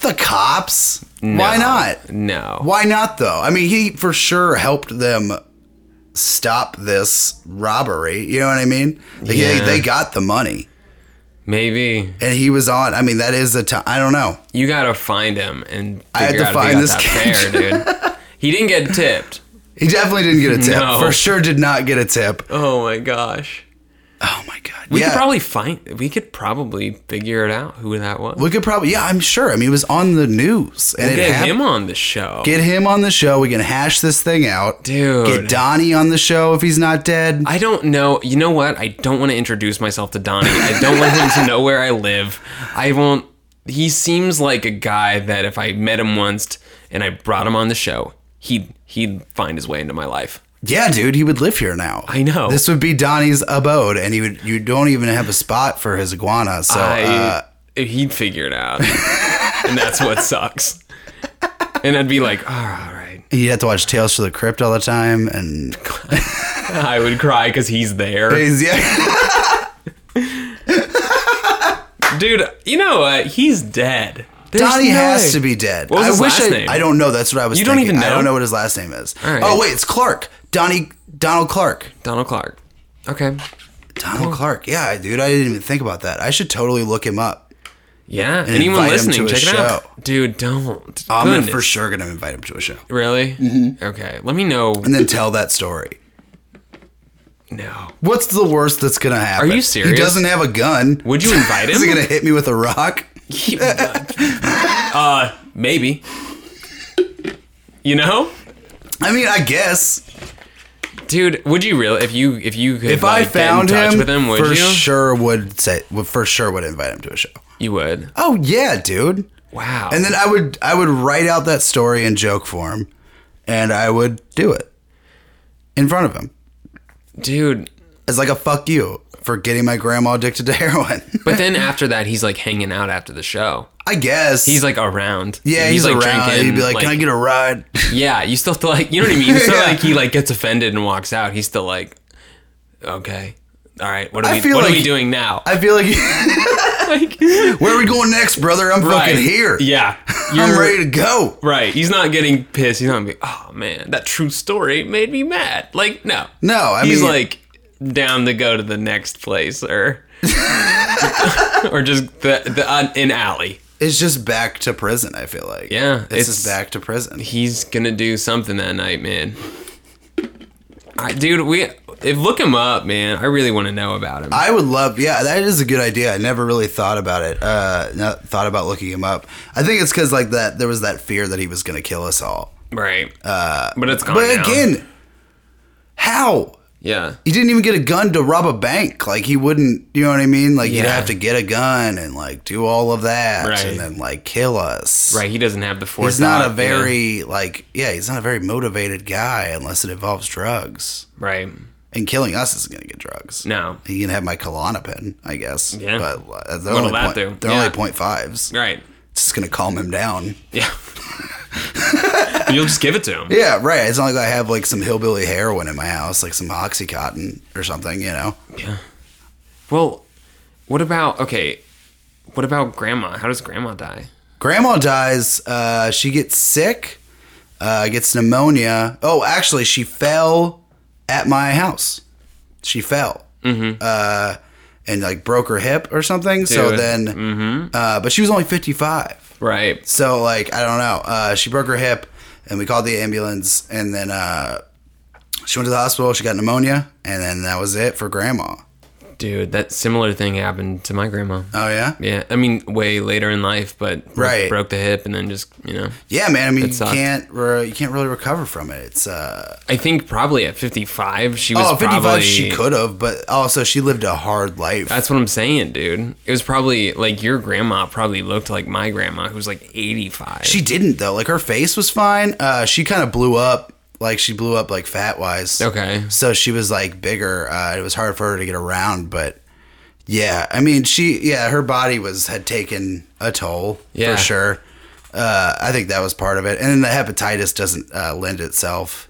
the cops? Why No. not? No. Why not though? I mean, he for sure helped them stop this robbery. You know what I mean? Like, they- Yeah. they, got the money, Maybe and he was on. I mean, that is a time. I don't know. you gotta find him and figure I had to out if find he got this that kid. fair, dude. he didn't get tipped. He definitely didn't get a tip. No. For sure, did not get a tip. Oh my gosh. Oh my god. We yeah. could probably find. We could probably figure it out who that was. We could probably. Yeah, I'm sure. I mean, it was on the news, and We'll it get happened. him on the show. Get him on the show. We can hash this thing out. Dude. Get Donnie on the show if he's not dead. I don't know. You know what? I don't want to introduce myself to Donnie. I don't want him to know where I live. I won't. He seems like a guy that if I met him once and I brought him on the show, he'd he'd find his way into my life. yeah, dude, he would live here now. I know. This would be Donnie's abode, and he would. You don't even have a spot for his iguana. So I uh, he'd figure it out, and that's what sucks. And I'd be like, "Ah, all right. you'd have to watch Tales from the Crypt all the time, and I would cry because he's there. yeah, Dude, you know what? He's dead. There's Donnie no way. has to be dead. What was I his wish last I, name? I don't know. That's what I was. You don't thinking. even I don't know? know what his last name is. All right. Oh wait, it's Clark. Donnie Donald Clark. Donald Clark. Okay. Donald Clark. Yeah, dude, I didn't even think about that. I should totally look him up. Yeah. Anyone invite him listening, to check his it show. out. Dude, don't. I'm gonna- Goodness. for sure gonna invite him to a show. Really? Mm-hmm. Okay. Let me know. and then tell that story. No. What's the worst that's gonna happen? Are you serious? He doesn't have a gun. Would you invite Is he him? gonna hit me with a rock? uh, maybe. You know? I mean, I guess Dude, would you really if you if you could if like, I found get in touch him, with him, would for you? sure would say would for sure would invite him to a show. You would. Oh yeah, dude. Wow. And then I would I would write out that story in joke form, and I would do it in front of him dude, as like a fuck you for getting my grandma addicted to heroin. but then after that he's like hanging out after the show. I guess He's like around. yeah, he's, around. He'd be like, "Can I get a ride?" Yeah, you still have to like, you know what I mean? It's Yeah. not like he like gets offended and walks out. He's still like, okay, all right, what are I we? feel What are like- we doing now? I feel like, where are we going next, brother? I'm Right. fucking here. Yeah, I'm You're- ready to go. Right, he's not getting pissed. He's not gonna be, oh man, that true story made me mad. Like no, No, I he's mean, like down to go to the next place or or just the the uh, an alley. it's just back to prison. I feel like Yeah, this it's- is back to prison. He's gonna do something that night, man. I, dude, we if look him up, man. I really want to know about him. I would love, yeah, that is a good idea. I never really thought about it. Uh, not thought about looking him up. I think it's because like that, there was that fear that he was going to kill us all. right, uh, but it's gone. But now. again, how yeah, he didn't even get a gun to rob a bank? Like he wouldn't, you know what I mean? Like you'd Yeah. have to get a gun and like do all of that, Right. and then like kill us. right. He doesn't have the force. He's not a very like yeah, he's not a very motivated guy unless it involves drugs. right. And killing us is going to get drugs. No, He can have my Klonopin, I guess. Yeah. But uh, they're What'll only that point, do? They're Yeah. only point fives. right. It's just gonna calm him down. Yeah, you'll just give it to him. Yeah, right. It's not like I have like some hillbilly heroin in my house, like some oxycontin or something. You know, Well, what about okay? What about grandma? How does grandma die? Grandma dies. Uh, she gets sick. Uh, gets pneumonia. Oh, actually, she fell at my house. She fell. Mm-hmm. Uh, and like broke her hip or something. So Dude. then, uh, but she was only fifty five. Right. So like I don't know. Uh, she broke her hip, and we called the ambulance, and then uh, she went to the hospital. She got pneumonia, and then that was it for grandma. Dude, that similar thing happened to my grandma. Oh yeah, Yeah, I mean, way later in life, but Right. broke the hip and then just you know. yeah, man. I mean, you sucked. can't re- you can't really recover from it. It's uh, I think probably at fifty five she was oh, 55 probably she could have, but also she lived a hard life. That's what I'm saying, dude. It was probably like your grandma probably looked like my grandma who was like eighty five. she didn't though. Like her face was fine. Uh, she kind of blew up. Like she blew up like fat wise. okay. so she was like bigger uh, it was hard for her to get around but yeah i mean she yeah her body was had taken a toll Yeah. for sure uh, i think that was part of it and then the hepatitis doesn't uh, lend itself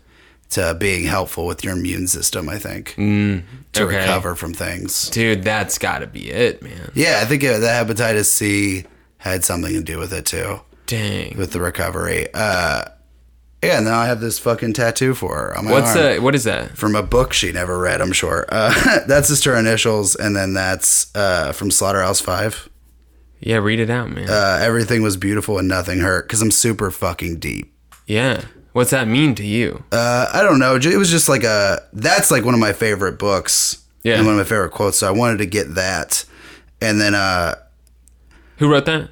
to being helpful with your immune system i think to Mm, okay. recover from things Dude, that's gotta be it, man. yeah i think uh, the hepatitis c had something to do with it too Dang. with the recovery uh, yeah now i have this fucking tattoo for her on my What's arm the what is that? from a book she never read, I'm sure. Uh, that's just her initials, and then that's uh, from Slaughterhouse Five. Yeah, read it out, man. Uh, everything was beautiful and nothing hurt because I'm super fucking deep. yeah. What's that mean to you? Uh, I don't know. ju- It was just like a. That's like one of my favorite books. Yeah. And one of my favorite quotes. So I wanted to get that, and then uh, Who wrote that?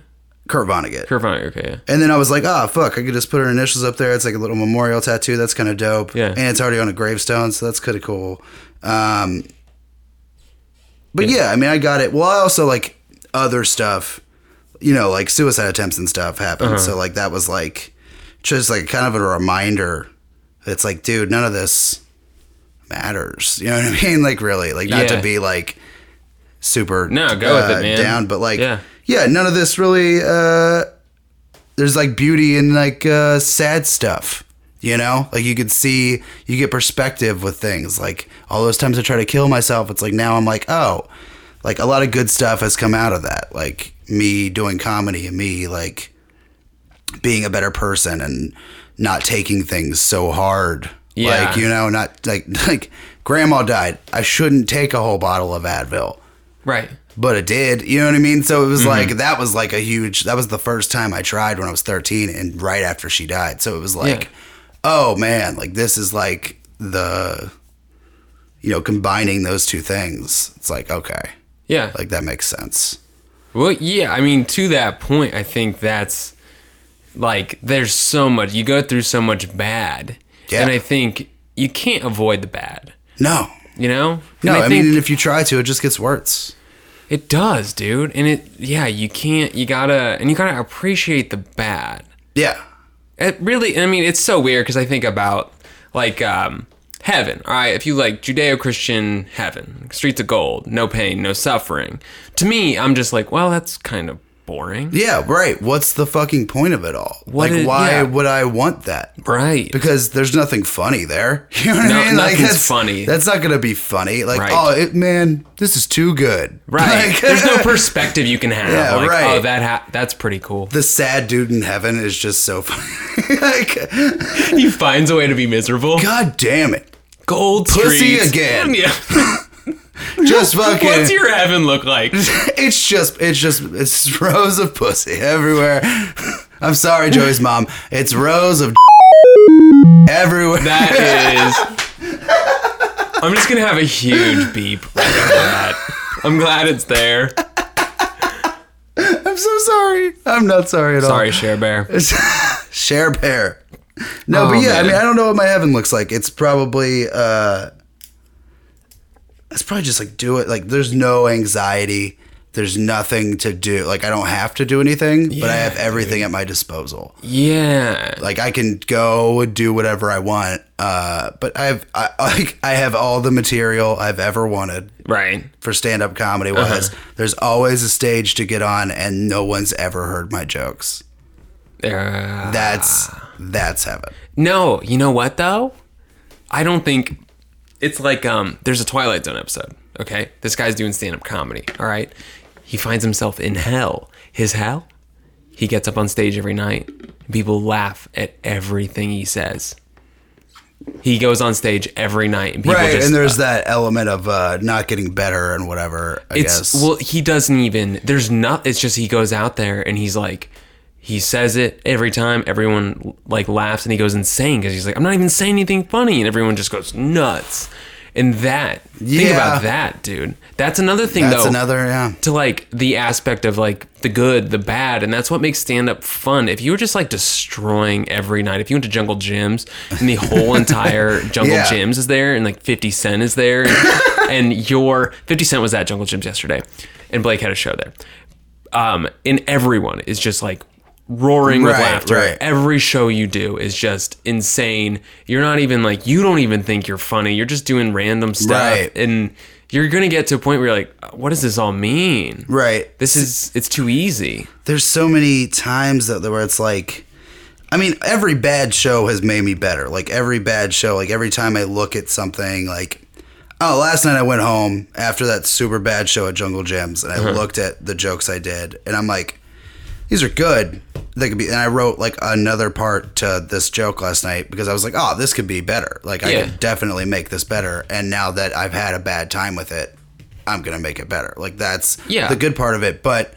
Kurt Vonnegut. Kurt Vonnegut. Okay, And then I was like, ah, fuck, I could just put her initials up there. It's like a little memorial tattoo. That's kind of dope. Yeah. And it's already on a gravestone, so that's kind of cool. Um, but yeah. I mean, I got it. Well, I also like other stuff, you know, like suicide attempts and stuff happened. Uh-huh. So, like, that was like just like kind of a reminder. It's like, dude, none of this matters. You know what I mean? Like, really, like, not Yeah. to be like super uh, No, go with it, man. down, but like, Yeah. yeah. none of this really. Uh, there's like beauty in like uh, sad stuff. You know, like you could see, you get perspective with things. Like all those times I try to kill myself, it's like now I'm like, oh, like a lot of good stuff has come out of that. Like me doing comedy and me like being a better person and not taking things so hard. Yeah. Like, you know, not like, like grandma died. I shouldn't take a whole bottle of Advil right. but it did. You know what I mean? So it was like that was like a huge. That was the first time I tried when I was thirteen, and right after she died. So it was like, Yeah. oh man, like this is like the, you know, combining those two things. It's like okay, Yeah. like that makes sense. Well, yeah, I mean, to that point, I think that's like there's so much you go through so much bad, Yeah. and I think you can't avoid the bad, No, you know? and no. I, I, mean, think and if you try to, it just gets worse. it does, dude. And it, yeah, you can't, you gotta, and you gotta appreciate the bad. Yeah, It really, I mean, it's so weird because I think about like um, heaven. All right, if you like Judeo-Christian heaven, streets of gold, no pain, no suffering. To me, I'm just like, well, that's kind of boring. Yeah, right. What's the fucking point of it all? What like, is- why yeah. would I want that? Right. Because there's nothing funny there. You know what No, I mean? Like, nothing's that's funny. That's not gonna be funny. Like, Right. oh it, man, this is too good. Right. Like- There's no perspective you can have. Yeah, like, right. oh, that ha- that's pretty cool. the sad dude in heaven is just so funny. like, he finds a way to be miserable. god damn it, Gold Pussy streets. again. Yeah. just fucking. What's your heaven look like? it's just it's just it's rows of pussy everywhere. I'm sorry, Joey's mom. It's rows of everywhere. That is. I'm just gonna have a huge beep right after that. I'm glad it's there. I'm so sorry. I'm not sorry at all. Sorry, Share Bear. Share pair. No, Oh, but yeah, man. I mean, I don't know what my heaven looks like. It's probably uh it's probably just like do it. Like there's no anxiety. There's nothing to do. Like I don't have to do anything, but I have everything at my disposal. Yeah. Like I can go and do whatever I want. Uh but I've I like I have all the material I've ever wanted Right. for stand-up comedy Uh-huh. was there's always a stage to get on and no one's ever heard my jokes. Uh, That's that's heaven. no, you know what though? I don't think it's like um there's a Twilight Zone episode, okay? This guy's doing stand-up comedy, all right? He finds himself in hell. His hell? He gets up on stage every night. and People laugh at everything he says. He goes on stage every night and people right just and there's that element of uh not getting better and whatever i It's guess well, he doesn't even. There's not. It's just he goes out there and he's like, he says it every time. Everyone like laughs and he goes insane because he's like, I'm not even saying anything funny, and everyone just goes nuts. And that, think Yeah. about that, dude. That's another thing, that's though. another yeah to like the aspect of like the good, the bad, and that's what makes stand up fun. If you were just like destroying every night, if you went to Jungle Gyms and the whole entire Jungle Yeah. Gyms is there and like 50 Cent is there and, and your 50 Cent was at Jungle Gyms yesterday and Blake had a show there. Um, and everyone is just like roaring with Right, laughter. right. Every show you do is just insane. You're not even like, you don't even think you're funny. You're just doing random stuff. Right. And you're going to get to a point where you're like, what does this all mean? right This is, it's too easy. there's so many times that where it's like i mean every bad show has made me better like every bad show like every time i look at something like oh last night i went home after that super bad show at jungle gyms and i looked at the jokes i did and i'm like these are good they could be and i wrote like another part to this joke last night because i was like oh this could be better like i Yeah. could definitely make this better and now that i've had a bad time with it i'm gonna make it better like that's Yeah. the good part of it but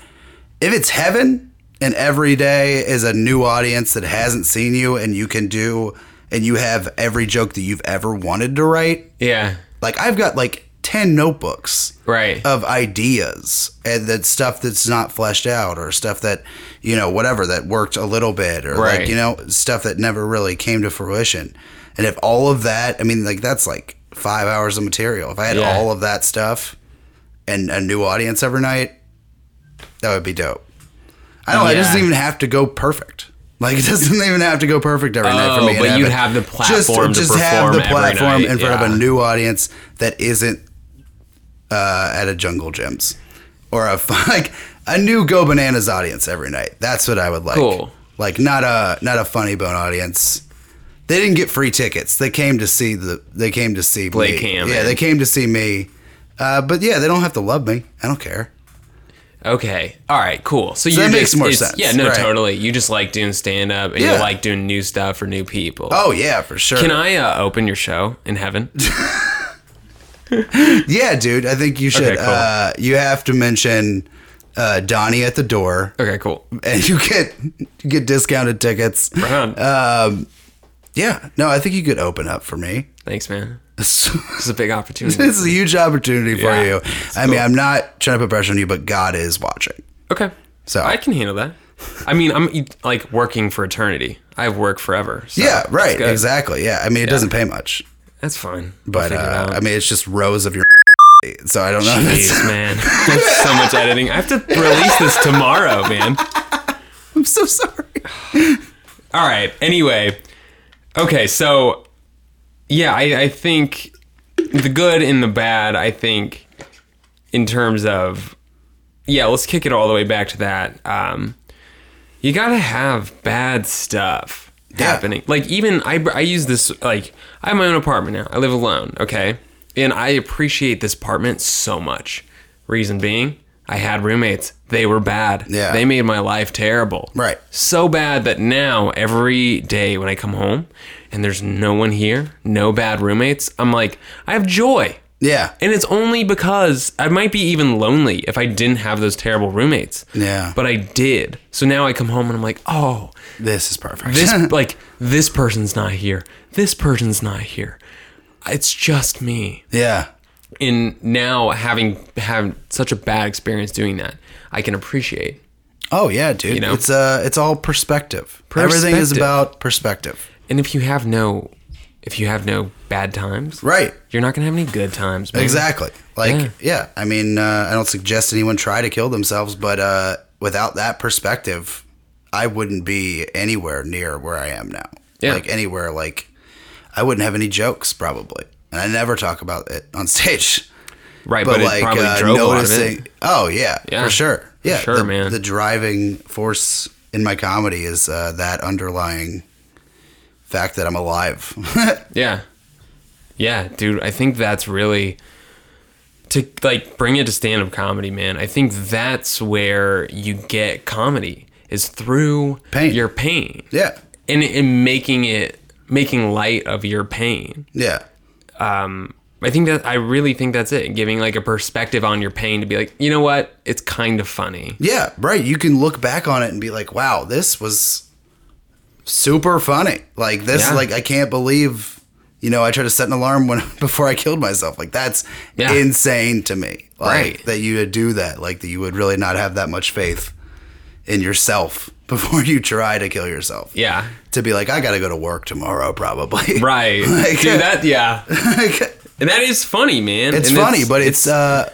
if it's heaven and every day is a new audience that hasn't seen you and you can do and you have every joke that you've ever wanted to write Yeah. like i've got like 10 notebooks Right. of ideas and that stuff that's not fleshed out or stuff that you know whatever that worked a little bit or Right. like you know stuff that never really came to fruition and if all of that i mean like that's like five hours of material if i had Yeah. all of that stuff and a new audience every night that would be dope i don't know it doesn't Yeah. even have to go perfect like it doesn't even have to go perfect every night for Oh, me. to but you'd it. have the platform to perform every night, in front of yeah. a new audience that isn't uh, at a jungle gyms or a fu- like a new go bananas audience every night. That's what I would like. Cool. Like not a not a funny bone audience. They didn't get free tickets. They came to see the they came to see Blake me. Hammond. Yeah, they came to see me. Uh, but yeah, they don't have to love me. I don't care. Okay. All right. Cool. So, that you makes just- more it's- sense, Yeah. No. right. Totally. You just like doing stand up and you Yeah. like doing new stuff for new people. Oh yeah, for sure. Can I uh, open your show in heaven? Yeah, dude. I think you should. Okay, cool. uh, you have to mention uh, Donnie at the door, Okay. Cool. and you get you get discounted tickets. Right on. Uh, Yeah. No, I think you could open up for me. Thanks, man. this This is a big opportunity. this is a huge opportunity for Yeah, you. I mean, I'm not trying to put pressure on you, but God is watching. Okay. So- I can handle that. I mean, I'm like working for eternity. I've worked forever. so yeah. Right. good. Exactly. Yeah. I mean, it doesn't pay much, That's fine. We'll but figure it uh, out. I mean, it's just rows of your. So I don't know. If it's, Jeez, man. There's so much editing. I have to release this tomorrow, man. I'm so sorry. All right. Anyway, okay. So, yeah, I, I think the good and the bad, I think, in terms of yeah, let's kick it all the way back to that. Um, you gotta have bad stuff happening. Like even I, I use this like I have my own apartment now. I live alone. Okay, and I appreciate this apartment so much. Reason being, I had roommates. They were bad. Yeah. they made my life terrible. Right. So bad that now every day when I come home and there's no one here, no bad roommates, I'm like, I have joy. Yeah. And it's only because I might be even lonely if I didn't have those terrible roommates. Yeah. But I did. So now I come home and I'm like, oh, This is perfect. this like this person's not here. This person's not here. It's just me. yeah. And now having had such a bad experience doing that, I can appreciate. Oh yeah, dude. know? It's uh it's all perspective. Everything is Perspective. about perspective. And if you have no if you have no bad times, Right. you're not gonna have any good times. man. Exactly. Like Mm-hmm. Yeah. yeah. I mean, uh, I don't suggest anyone try to kill themselves, but uh without that perspective, I wouldn't be anywhere near where I am now. Yeah. Like anywhere like I wouldn't have any jokes probably. And I never talk about it on stage. Right, but, but, it like probably uh, drove a lot of noticing. it. Oh yeah, Yeah, for sure. for Yeah, sure, the, man. The driving force in my comedy is uh, that underlying fact that I'm alive. Yeah. Yeah, dude, I think that's really to like bring it to stand up comedy, man. I think that's where you get comedy is through Pain. your pain. yeah, And and making it making light of your pain. yeah, Um I think that I really think that's it. Giving like a perspective on your pain to be like, you know what? It's kind of funny. yeah. Right. You can look back on it and be like, "Wow, this was super funny." Like this, Yeah. like I can't believe. You know, I tried to set an alarm when before I killed myself. Like that's Yeah. insane to me. Like, Right. That you would do that. Like that you would really not have that much faith in yourself before you try to kill yourself. Yeah. to be like, I gotta go to work tomorrow, probably. Right. Like- dude, that yeah. Like, And that is funny, man. it's And funny, but it's, uh,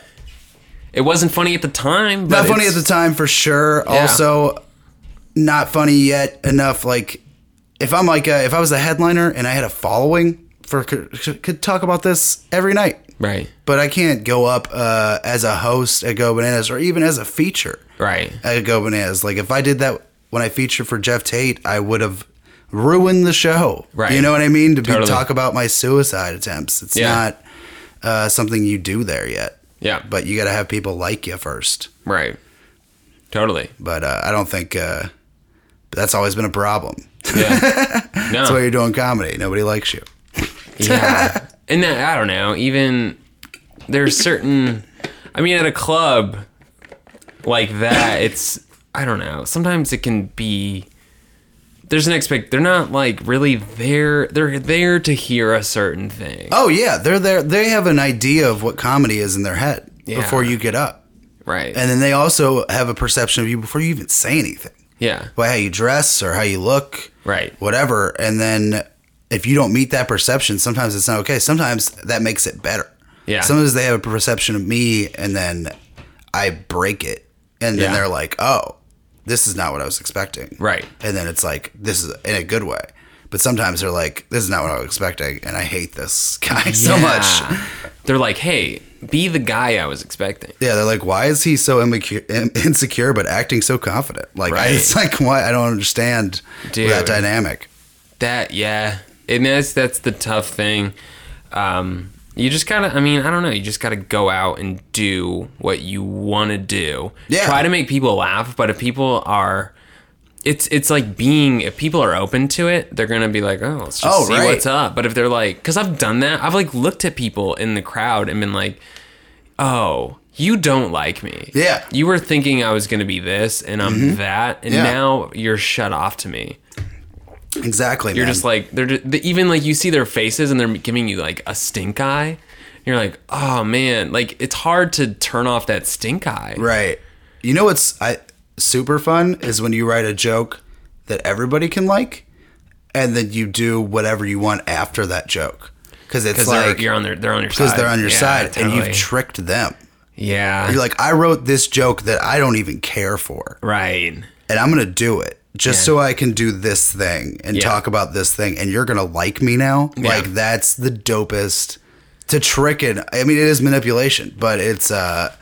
it wasn't funny at the time. But not funny at it's- the time for sure. Also, not funny yet enough. Like, if I'm like, a, if I was a headliner and I had a following for could, could talk about this every night, Right. but I can't go up uh, as a host at Go Bananas or even as a feature Right. at Go Bananas. Like, if I did that when I featured for Jeff Tate, I would have ruined the show. Right. You know what I mean? To be, Totally. talk about my suicide attempts. It's Yeah. not uh, something you do there yet. Yeah. But you got to have people like you first. Right. Totally. But uh, I don't think uh, that's always been a problem. Yeah. That's No. why you're doing comedy. Nobody likes you. yeah. And then, I don't know. Even there's certain. I mean, at a club like that, it's I don't know. Sometimes it can be. There's an expect. They're not like really there. They're there to hear a certain thing, Oh yeah, they're there. They have an idea of what comedy is in their head Yeah. before you get up, right? and then they also have a perception of you before you even say anything. yeah. By how you dress or how you look, Right. whatever. And then if you don't meet that perception, sometimes it's not okay. Sometimes that makes it better. Yeah. Sometimes they have a perception of me and then I break it. And then Yeah. they're like, oh, this is not what I was expecting. Right. And then it's like, this is in a good way. But sometimes they're like, this is not what I was expecting. And I hate this guy so much. Yeah. They're like, hey, be the guy I was expecting. Yeah, they're like, why is he so immacu- in- insecure but acting so confident? Like, I, Right. it's like, why? I don't understand Dude. that dynamic. That yeah, and that's that's the tough thing. Um, you just gotta. I mean, I don't know. You just gotta go out and do what you want to do. Yeah. Try to make people laugh, but if people are, it's it's like being. If people are open to it, they're gonna be like, oh, let's just Oh, see right. what's up. But if they're like, because I've done that, I've like looked at people in the crowd and been like, oh. You don't like me. Yeah. Mm-hmm. You were thinking I was going to be this and I'm that, and Yeah. now you're shut off to me. Exactly. You're man. just like they're just, they, even like you see their faces and they're giving you like a stink eye. And you're like, oh man, like it's hard to turn off that stink eye. Right. You know what's I, super fun is when you write a joke that everybody can like, and then you do whatever you want after that joke because it's Because they're like you're on their they're on your side. because they're on your Yeah, side and totally. you've tricked them. yeah You're like, I wrote this joke that I don't even care for, right and I'm gonna do it just Yeah. so I can do this thing and Yeah. talk about this thing, and you're gonna like me now. Yeah. Like that's the dopest to trick it. I mean, it is manipulation, but it's uh,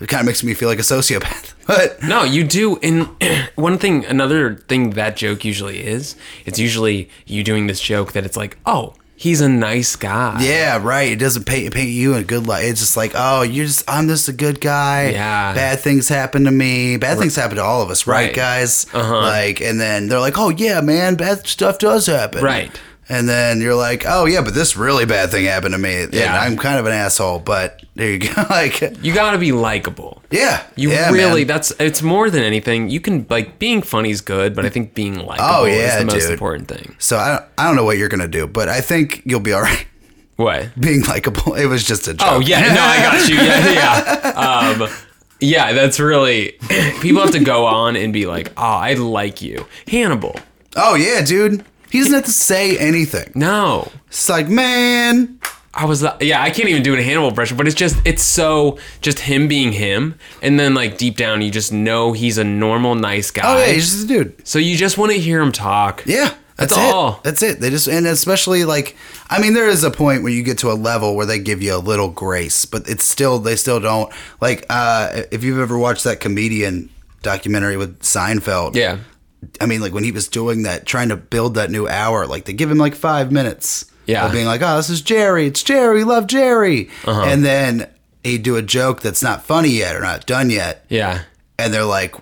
It kind of makes me feel like a sociopath. But No, you do. And one thing, another thing that joke usually is, it's usually you doing this joke that it's like, oh, he's a nice guy. yeah, right. It doesn't paint paint you in a good light. It's just like, oh, you're just I'm just a good guy. Yeah. Bad things happen to me. Bad things happen to all of us, Right. right, Uh-huh. guys? Like, and then they're like, oh yeah, man, bad stuff does happen. Right. And then you're like, oh yeah, but this really bad thing happened to me. and Yeah. I'm kind of an asshole, but there you go. like, You gotta be likable. yeah, You yeah, really, man. that's, it's more than anything. You can, like, being funny's good, but I think being likable Oh, is yeah, the most dude. important thing. So I don't, I don't know what you're gonna do, but I think you'll be all right. What? Being likable, it was just a joke. Oh yeah, no, I got you. Yeah, yeah. Um, yeah, that's really people have to go on and be like, "Oh, I like you, Hannibal." Oh yeah, dude. He doesn't have to say anything. No, It's like, man, I was yeah, I can't even do an Hannibal impression, but it's just it's so just him being him, and then like deep down you just know he's a normal, nice guy. oh yeah, he's just a dude. so you just want to hear him talk. Yeah, That's it. all. That's it. They just and especially like, I mean, there is a point where you get to a level where they give you a little grace, but it's still they still don't like. uh If you've ever watched that comedian documentary with Seinfeld, Yeah. I mean, like when he was doing that, trying to build that new hour, like they give him like five minutes. Yeah. Of being like, oh, this is Jerry. It's Jerry. Love Jerry. And then he'd do a joke that's not funny yet or not done yet. Yeah. And they're like,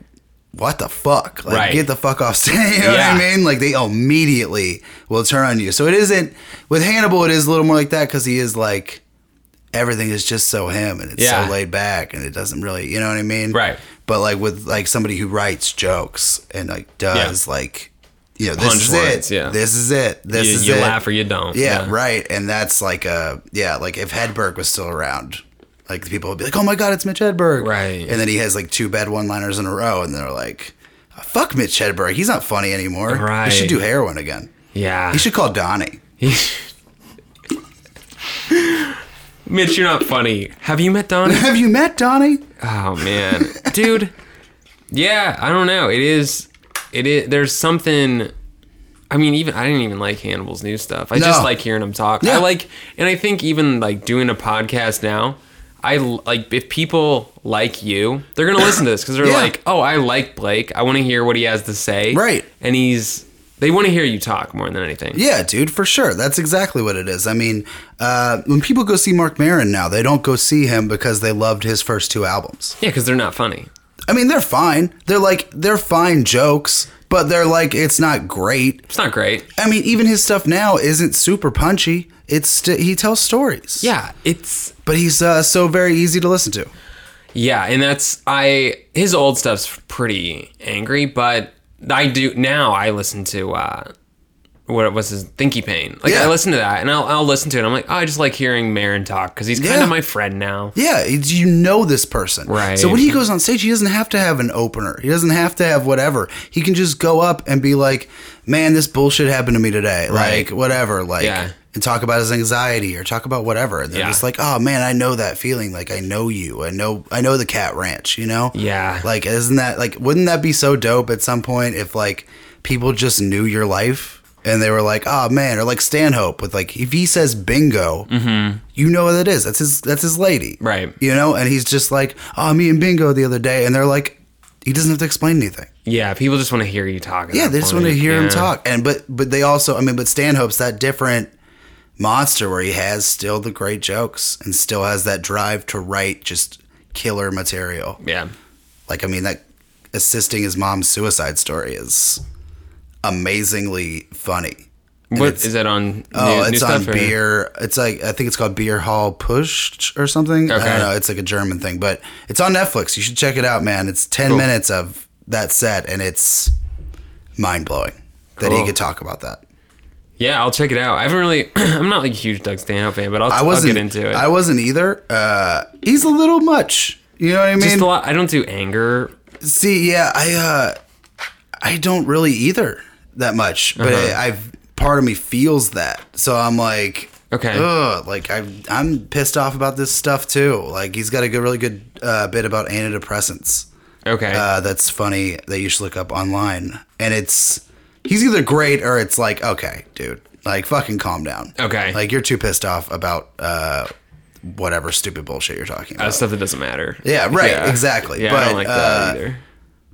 what the fuck? Like, Right. get the fuck off stage. you know Yeah. what I mean? Like, they immediately will turn on you. So it isn't, with Hannibal, it is a little more like that because he is like, everything is just so him and it's Yeah. so laid back and it doesn't really, you know what I mean? Right. But like with like somebody who writes jokes and like does like, you know, this is Punchlines, it. yeah. This is it. This You, is you it. laugh or you don't. Yeah, right. And that's like a yeah, like if Hedberg was still around, like the people would be like, "Oh my god, it's Mitch Hedberg!" Right. And then he has like two bad one-liners in a row, and they're like, "Fuck Mitch Hedberg, he's not funny anymore. Right. He should do heroin again. Yeah. He should call Donnie." Mitch, you're not funny. Have you met Donnie? Have you met Donnie? Oh man, dude. Yeah, I don't know. It is. It is. There's something. I mean, even I didn't even like Hannibal's new stuff. I just No. like hearing him talk. I Yeah. like, and I think even like doing a podcast now. I l- like if people like you, they're gonna listen to this because they're Yeah. like, "Oh, I like Blake. I want to hear what he has to say." Right. And he's they want to hear you talk more than anything. Yeah, dude, for sure. That's exactly what it is. I mean, uh, when people go see Mark Maron now, they don't go see him because they loved his first two albums. Yeah, because they're not funny. I mean, they're fine. They're like they're fine jokes, but they're like it's not great. It's not great. I mean, even his stuff now isn't super punchy. It's st- he tells stories. Yeah, it's but he's uh, so very easy to listen to. Yeah, and that's I his old stuff's pretty angry, but I do now I listen to uh what was his Thinky Pain. Like Yeah. I listen to that and I'll I'll listen to it. I'm like, oh, I just like hearing Marin talk because he's kind Yeah. of my friend now. Yeah, it's, you know this person. Right. So when he goes on stage, he doesn't have to have an opener. He doesn't have to have whatever. He can just go up and be like, "Man, this bullshit happened to me today." Right. Like whatever. Like Yeah. and talk about his anxiety or talk about whatever. And they're Yeah. just like, "Oh man, I know that feeling. Like I know you. I know I know the Cat Ranch. You know." Yeah. Like isn't that like wouldn't that be so dope at some point if like people just knew your life? And they were like, "Oh man," or like Stanhope with like, if he says bingo, you know what that is. That's his. That's his lady. Mm-hmm. Right. You know, and he's just like, oh, me and Bingo the other day, and they're like, he doesn't have to explain anything. Yeah, people just want to hear you talk. at Yeah, that they just point. want to hear Yeah. him talk. And but but they also, I mean, but Stanhope's that different monster where he has still the great jokes and still has that drive to write just killer material. Yeah. Like I mean, that assisting his mom's suicide story is amazingly funny. What is that on? Oh, new, it's new on stuff or- beer. It's like I think it's called Beer Hall Pushed or something. I Okay. don't know. It's like a German thing, but it's on Netflix. You should check it out, man. It's ten minutes of that set, and it's mind blowing that he Cool. could talk about that. Yeah, I'll check it out. I haven't really. I'm not like a huge Doug Stanhope fan, but I'll, I I wasn't will get into it. I wasn't either. Uh, he's a little much. You know what I mean? just a lot. I don't do anger. See, yeah, I uh, I don't really either that much, but I, I've part of me feels that, so I'm like, Okay. ugh, like I I'm pissed off about this stuff too. Like he's got a good, really good uh, bit about antidepressants. Okay. Uh, that's funny that you should look up online, and it's he's either great or it's like, okay, dude, like fucking calm down. Okay. like you're too pissed off about uh, whatever stupid bullshit you're talking about. Uh, stuff that doesn't matter. Yeah, right, exactly. Yeah, I But, don't like uh, that either.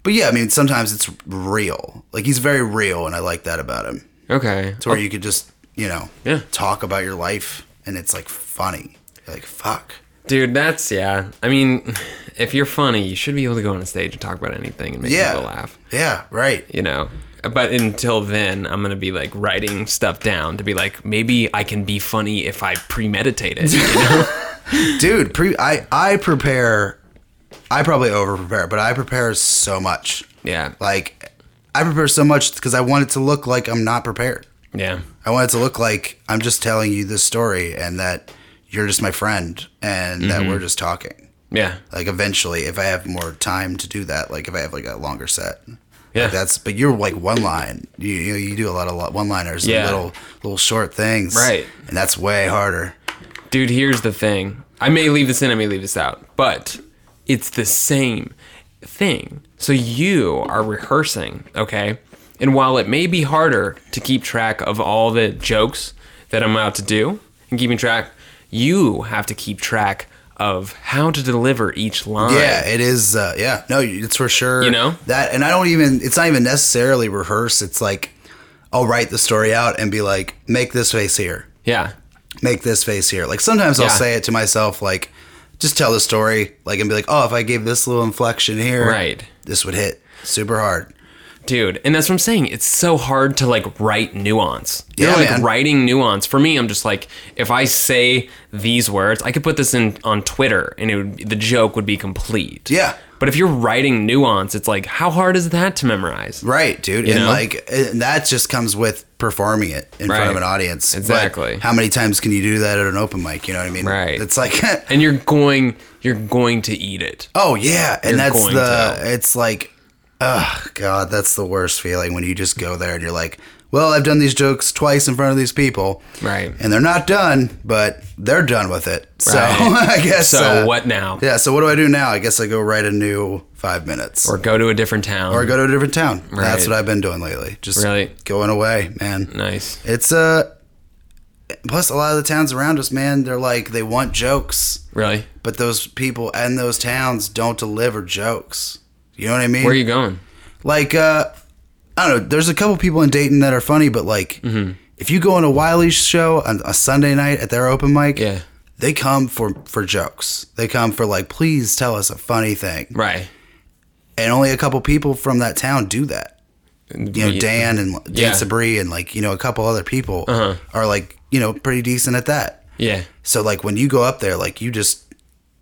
but yeah, I mean, sometimes it's real. Like he's very real, and I like that about him. Okay. To where you could just, you know, Oh. Yeah. talk about your life, and it's like funny. You're like fuck. Dude, that's yeah. I mean, if you're funny, you should be able to go on a stage and talk about anything and make Yeah. people laugh. Yeah, right. You know. But until then, I'm gonna be like writing stuff down to be like, maybe I can be funny if I premeditate it. you know? dude pre- i i prepare i probably over prepare but i prepare so much yeah. like i prepare so much because i want it to look like i'm not prepared Yeah. i want it to look like i'm just telling you this story and that you're just my friend and that Mm-hmm. we're just talking Yeah. like eventually if i have more time to do that like if i have like a longer set Yeah. Like, that's but you're like one line you you, know, you do a lot of one liners Yeah. little little short things Right. and that's way harder Dude, here's the thing. I may leave this in, I may leave this out, but it's the same thing. So you are rehearsing, okay? And while it may be harder to keep track of all the jokes that I'm about to do and keeping track, you have to keep track of how to deliver each line. Yeah, it is. Uh, yeah, no, it's for sure. You know? that, and I don't even. It's not even necessarily rehearse. It's like I'll write the story out and be like, make this face here, Yeah. make this face here. Like sometimes I'll Yeah. say it to myself, like just tell the story, like and be like, oh, if I gave this little inflection here, Right. this would hit super hard. Dude, and that's what I'm saying. It's so hard to like write nuance. You're Yeah, like man. writing nuance. For me, I'm just like, if I say these words, I could put this in on Twitter and it would the joke would be complete. Yeah. But if you're writing nuance, it's like, how hard is that to memorize? Right, dude, and know? like and that just comes with performing it in front of Right. an audience. But Exactly. how many times can you do that at an open mic? You know what I mean? Right. It's like And you're going you're going to eat it. Oh yeah, You're and that's going the to. it's like oh god, that's the worst feeling when you just go there and you're like, well, I've done these jokes twice in front of these people. Right. And they're not done, but they're done with it. So Right. I guess So uh, what now? Yeah, so what do I do now? I guess I go write a new 5 minutes Or or, go to a different town. Or go to a different town. That's Right. what I've been doing lately. Just Really? going away, man. nice. It's uh plus a lot of the towns around us, man, they're like they want jokes Really? but those people and those towns don't deliver jokes. You know what I mean? Where are you going? like, uh, I don't know. There's a couple people in Dayton that are funny, but like, Mm-hmm. if you go on a Wiley's show on a Sunday night at their open mic, Yeah. they come for for jokes. They come for like, please tell us a funny thing. Right. And only a couple people from that town do that. You know, Yeah. Uh-huh. Dan and Dan Yeah. Sabri and like you know a couple other people are like you know pretty decent at that. Yeah. So like when you go up there, like you just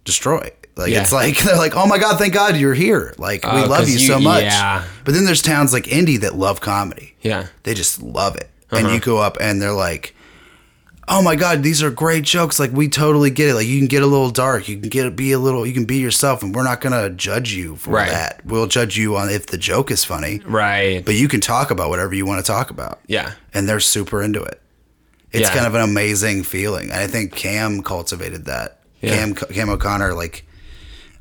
destroy. Like Yeah. it's like they're like, oh my god, thank God you're here. Like we Oh, love 'cause you, you- so much. yeah. But then there's towns like Indy that love comedy. Yeah. They just love it. And Uh-huh. you go up and they're like, oh my god, these are great jokes. Like we totally get it. Like you can get a little dark. You can get be a little. You can be yourself, and we're not gonna judge you for Right. that. We'll judge you on if the joke is funny. Right. But you can talk about whatever you want to talk about yeah. and they're super into it. It's Yeah. kind of an amazing feeling. And I think Cam cultivated that. Yeah. Cam Cam O'Connor like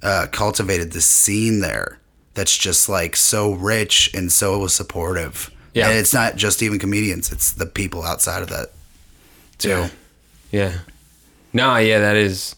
uh, cultivated this scene there that's just like so rich and so supportive. Yeah. And it's not just even comedians; it's the people outside of that too. Yeah. Yeah. Nah, yeah, that is.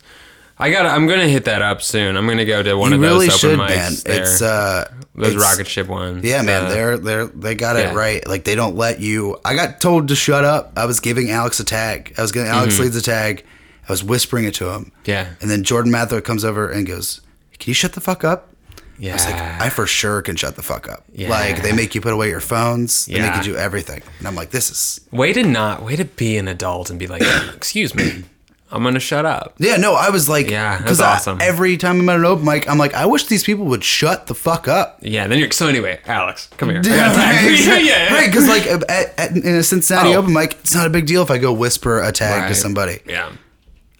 I got. to I'm gonna hit that up soon. I'm gonna go to one You of really those should, open man. mics. There. It's uh, those it's- rocket ship ones. Yeah, man, Uh, they're they're they got it yeah. right. Like they don't let you. I got told to shut up. I was giving Alex a tag. I was giving Mm-hmm. Alex leads a tag. I was whispering it to him. Yeah. And then Jordan Mathur comes over and goes, "Can you shut the fuck up?" yeah. I was like, "I for sure can shut the fuck up." Yeah. Like they make you put away your phones. They make Yeah. you do everything. And I'm like, "This is." way to not. Way to be an adult and be like, excuse me, I'm gonna shut up. Yeah, no, I was like, Yeah, that's 'cause I- awesome. every time I'm at an open mic, I'm like, I wish these people would shut the fuck up. Yeah. Then you're. So anyway, Alex, come here. I Yeah, got right, time. yeah. exactly. yeah. Right, because like at, at, in a Cincinnati Oh. open mic, it's not a big deal if I go whisper a tag to Right. somebody. Yeah.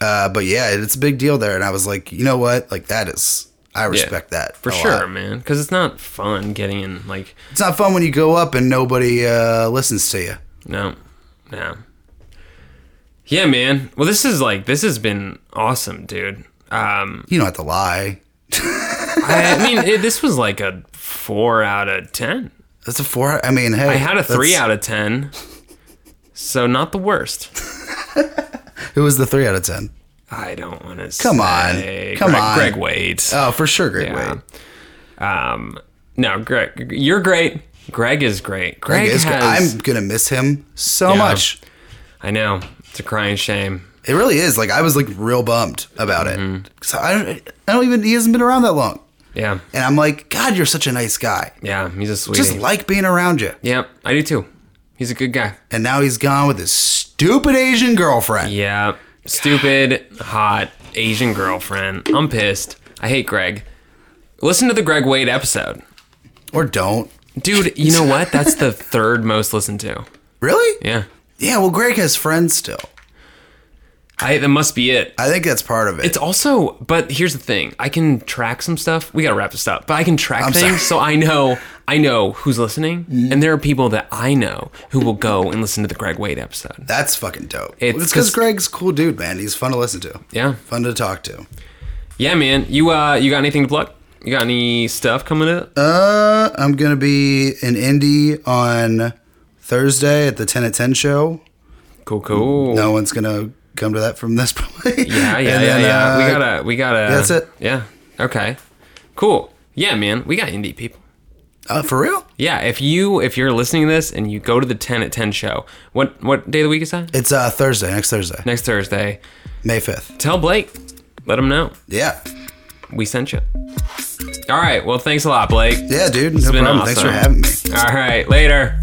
Uh, but yeah, it's a big deal there, and I was like, you know what? Like that is, I Yeah. respect that for a sure, lot. man. Because it's not fun getting in like It's not fun when you go up and nobody uh, listens to you. No, no. Yeah, man. Well, this is like this has been awesome, dude. Um, You don't have to lie. I, I mean, it, this was like a four out of ten. That's a four. I mean, hey, I had a three that's- out of ten, so not the worst. It was the three out of ten. I don't want to. Come on. Come Greg, on. Greg Wade. Oh, for sure, Greg Yeah. Wade. Um, no, Greg, you're great. Greg is great. Greg, Greg is gr- has. I'm gonna miss him so Yeah. much. I know it's a crying shame. It really is. Like I was like real bummed about it. Mm-hmm. 'Cause I, I don't even. He hasn't been around that long, Yeah, and I'm like, God, you're such a nice guy. yeah, he's a sweetie. Just like being around you. yeah, I do too. He's a good guy. And now he's gone with his stupid Asian girlfriend. Yeah, stupid, hot Asian girlfriend. I'm pissed. I hate Greg. Listen to the Greg Wade episode, Or don't. dude. You know what? That's the third most listened to. Really? Yeah, Yeah, well, Greg has friends still. I that must be it. I think that's part of it. It's also, but here's the thing: I can track some stuff. We gotta wrap this up, but I can track I'm things, sorry. Mm. so I know I know who's listening, and there are people that I know who will go and listen to the Greg Wade episode. that's fucking dope. It's It's because 'cause- Greg's a cool dude, man. He's fun to listen to. Yeah, Fun to talk to. yeah, man. You uh, you got anything to plug? You got any stuff coming up? Uh, I'm gonna be in Indy on Thursday at the Ten at Ten show. Cool, cool. No one's gonna come to that from this probably. Yeah, yeah, And yeah, then, yeah. uh, we gotta, we gotta. that's it. Yeah. Okay. Cool. Yeah, man. We got indie people. uh, for real. Yeah. If you if you're listening to this and you go to the ten at ten show, what what day of the week is that? It's uh Thursday, next Thursday, Next Thursday. May fifth. Tell Blake. Let him know Yeah, we sent you. All right. Well, thanks a lot, Blake. yeah, dude. No been problem. Thanks for awesome. having me. All right. Later.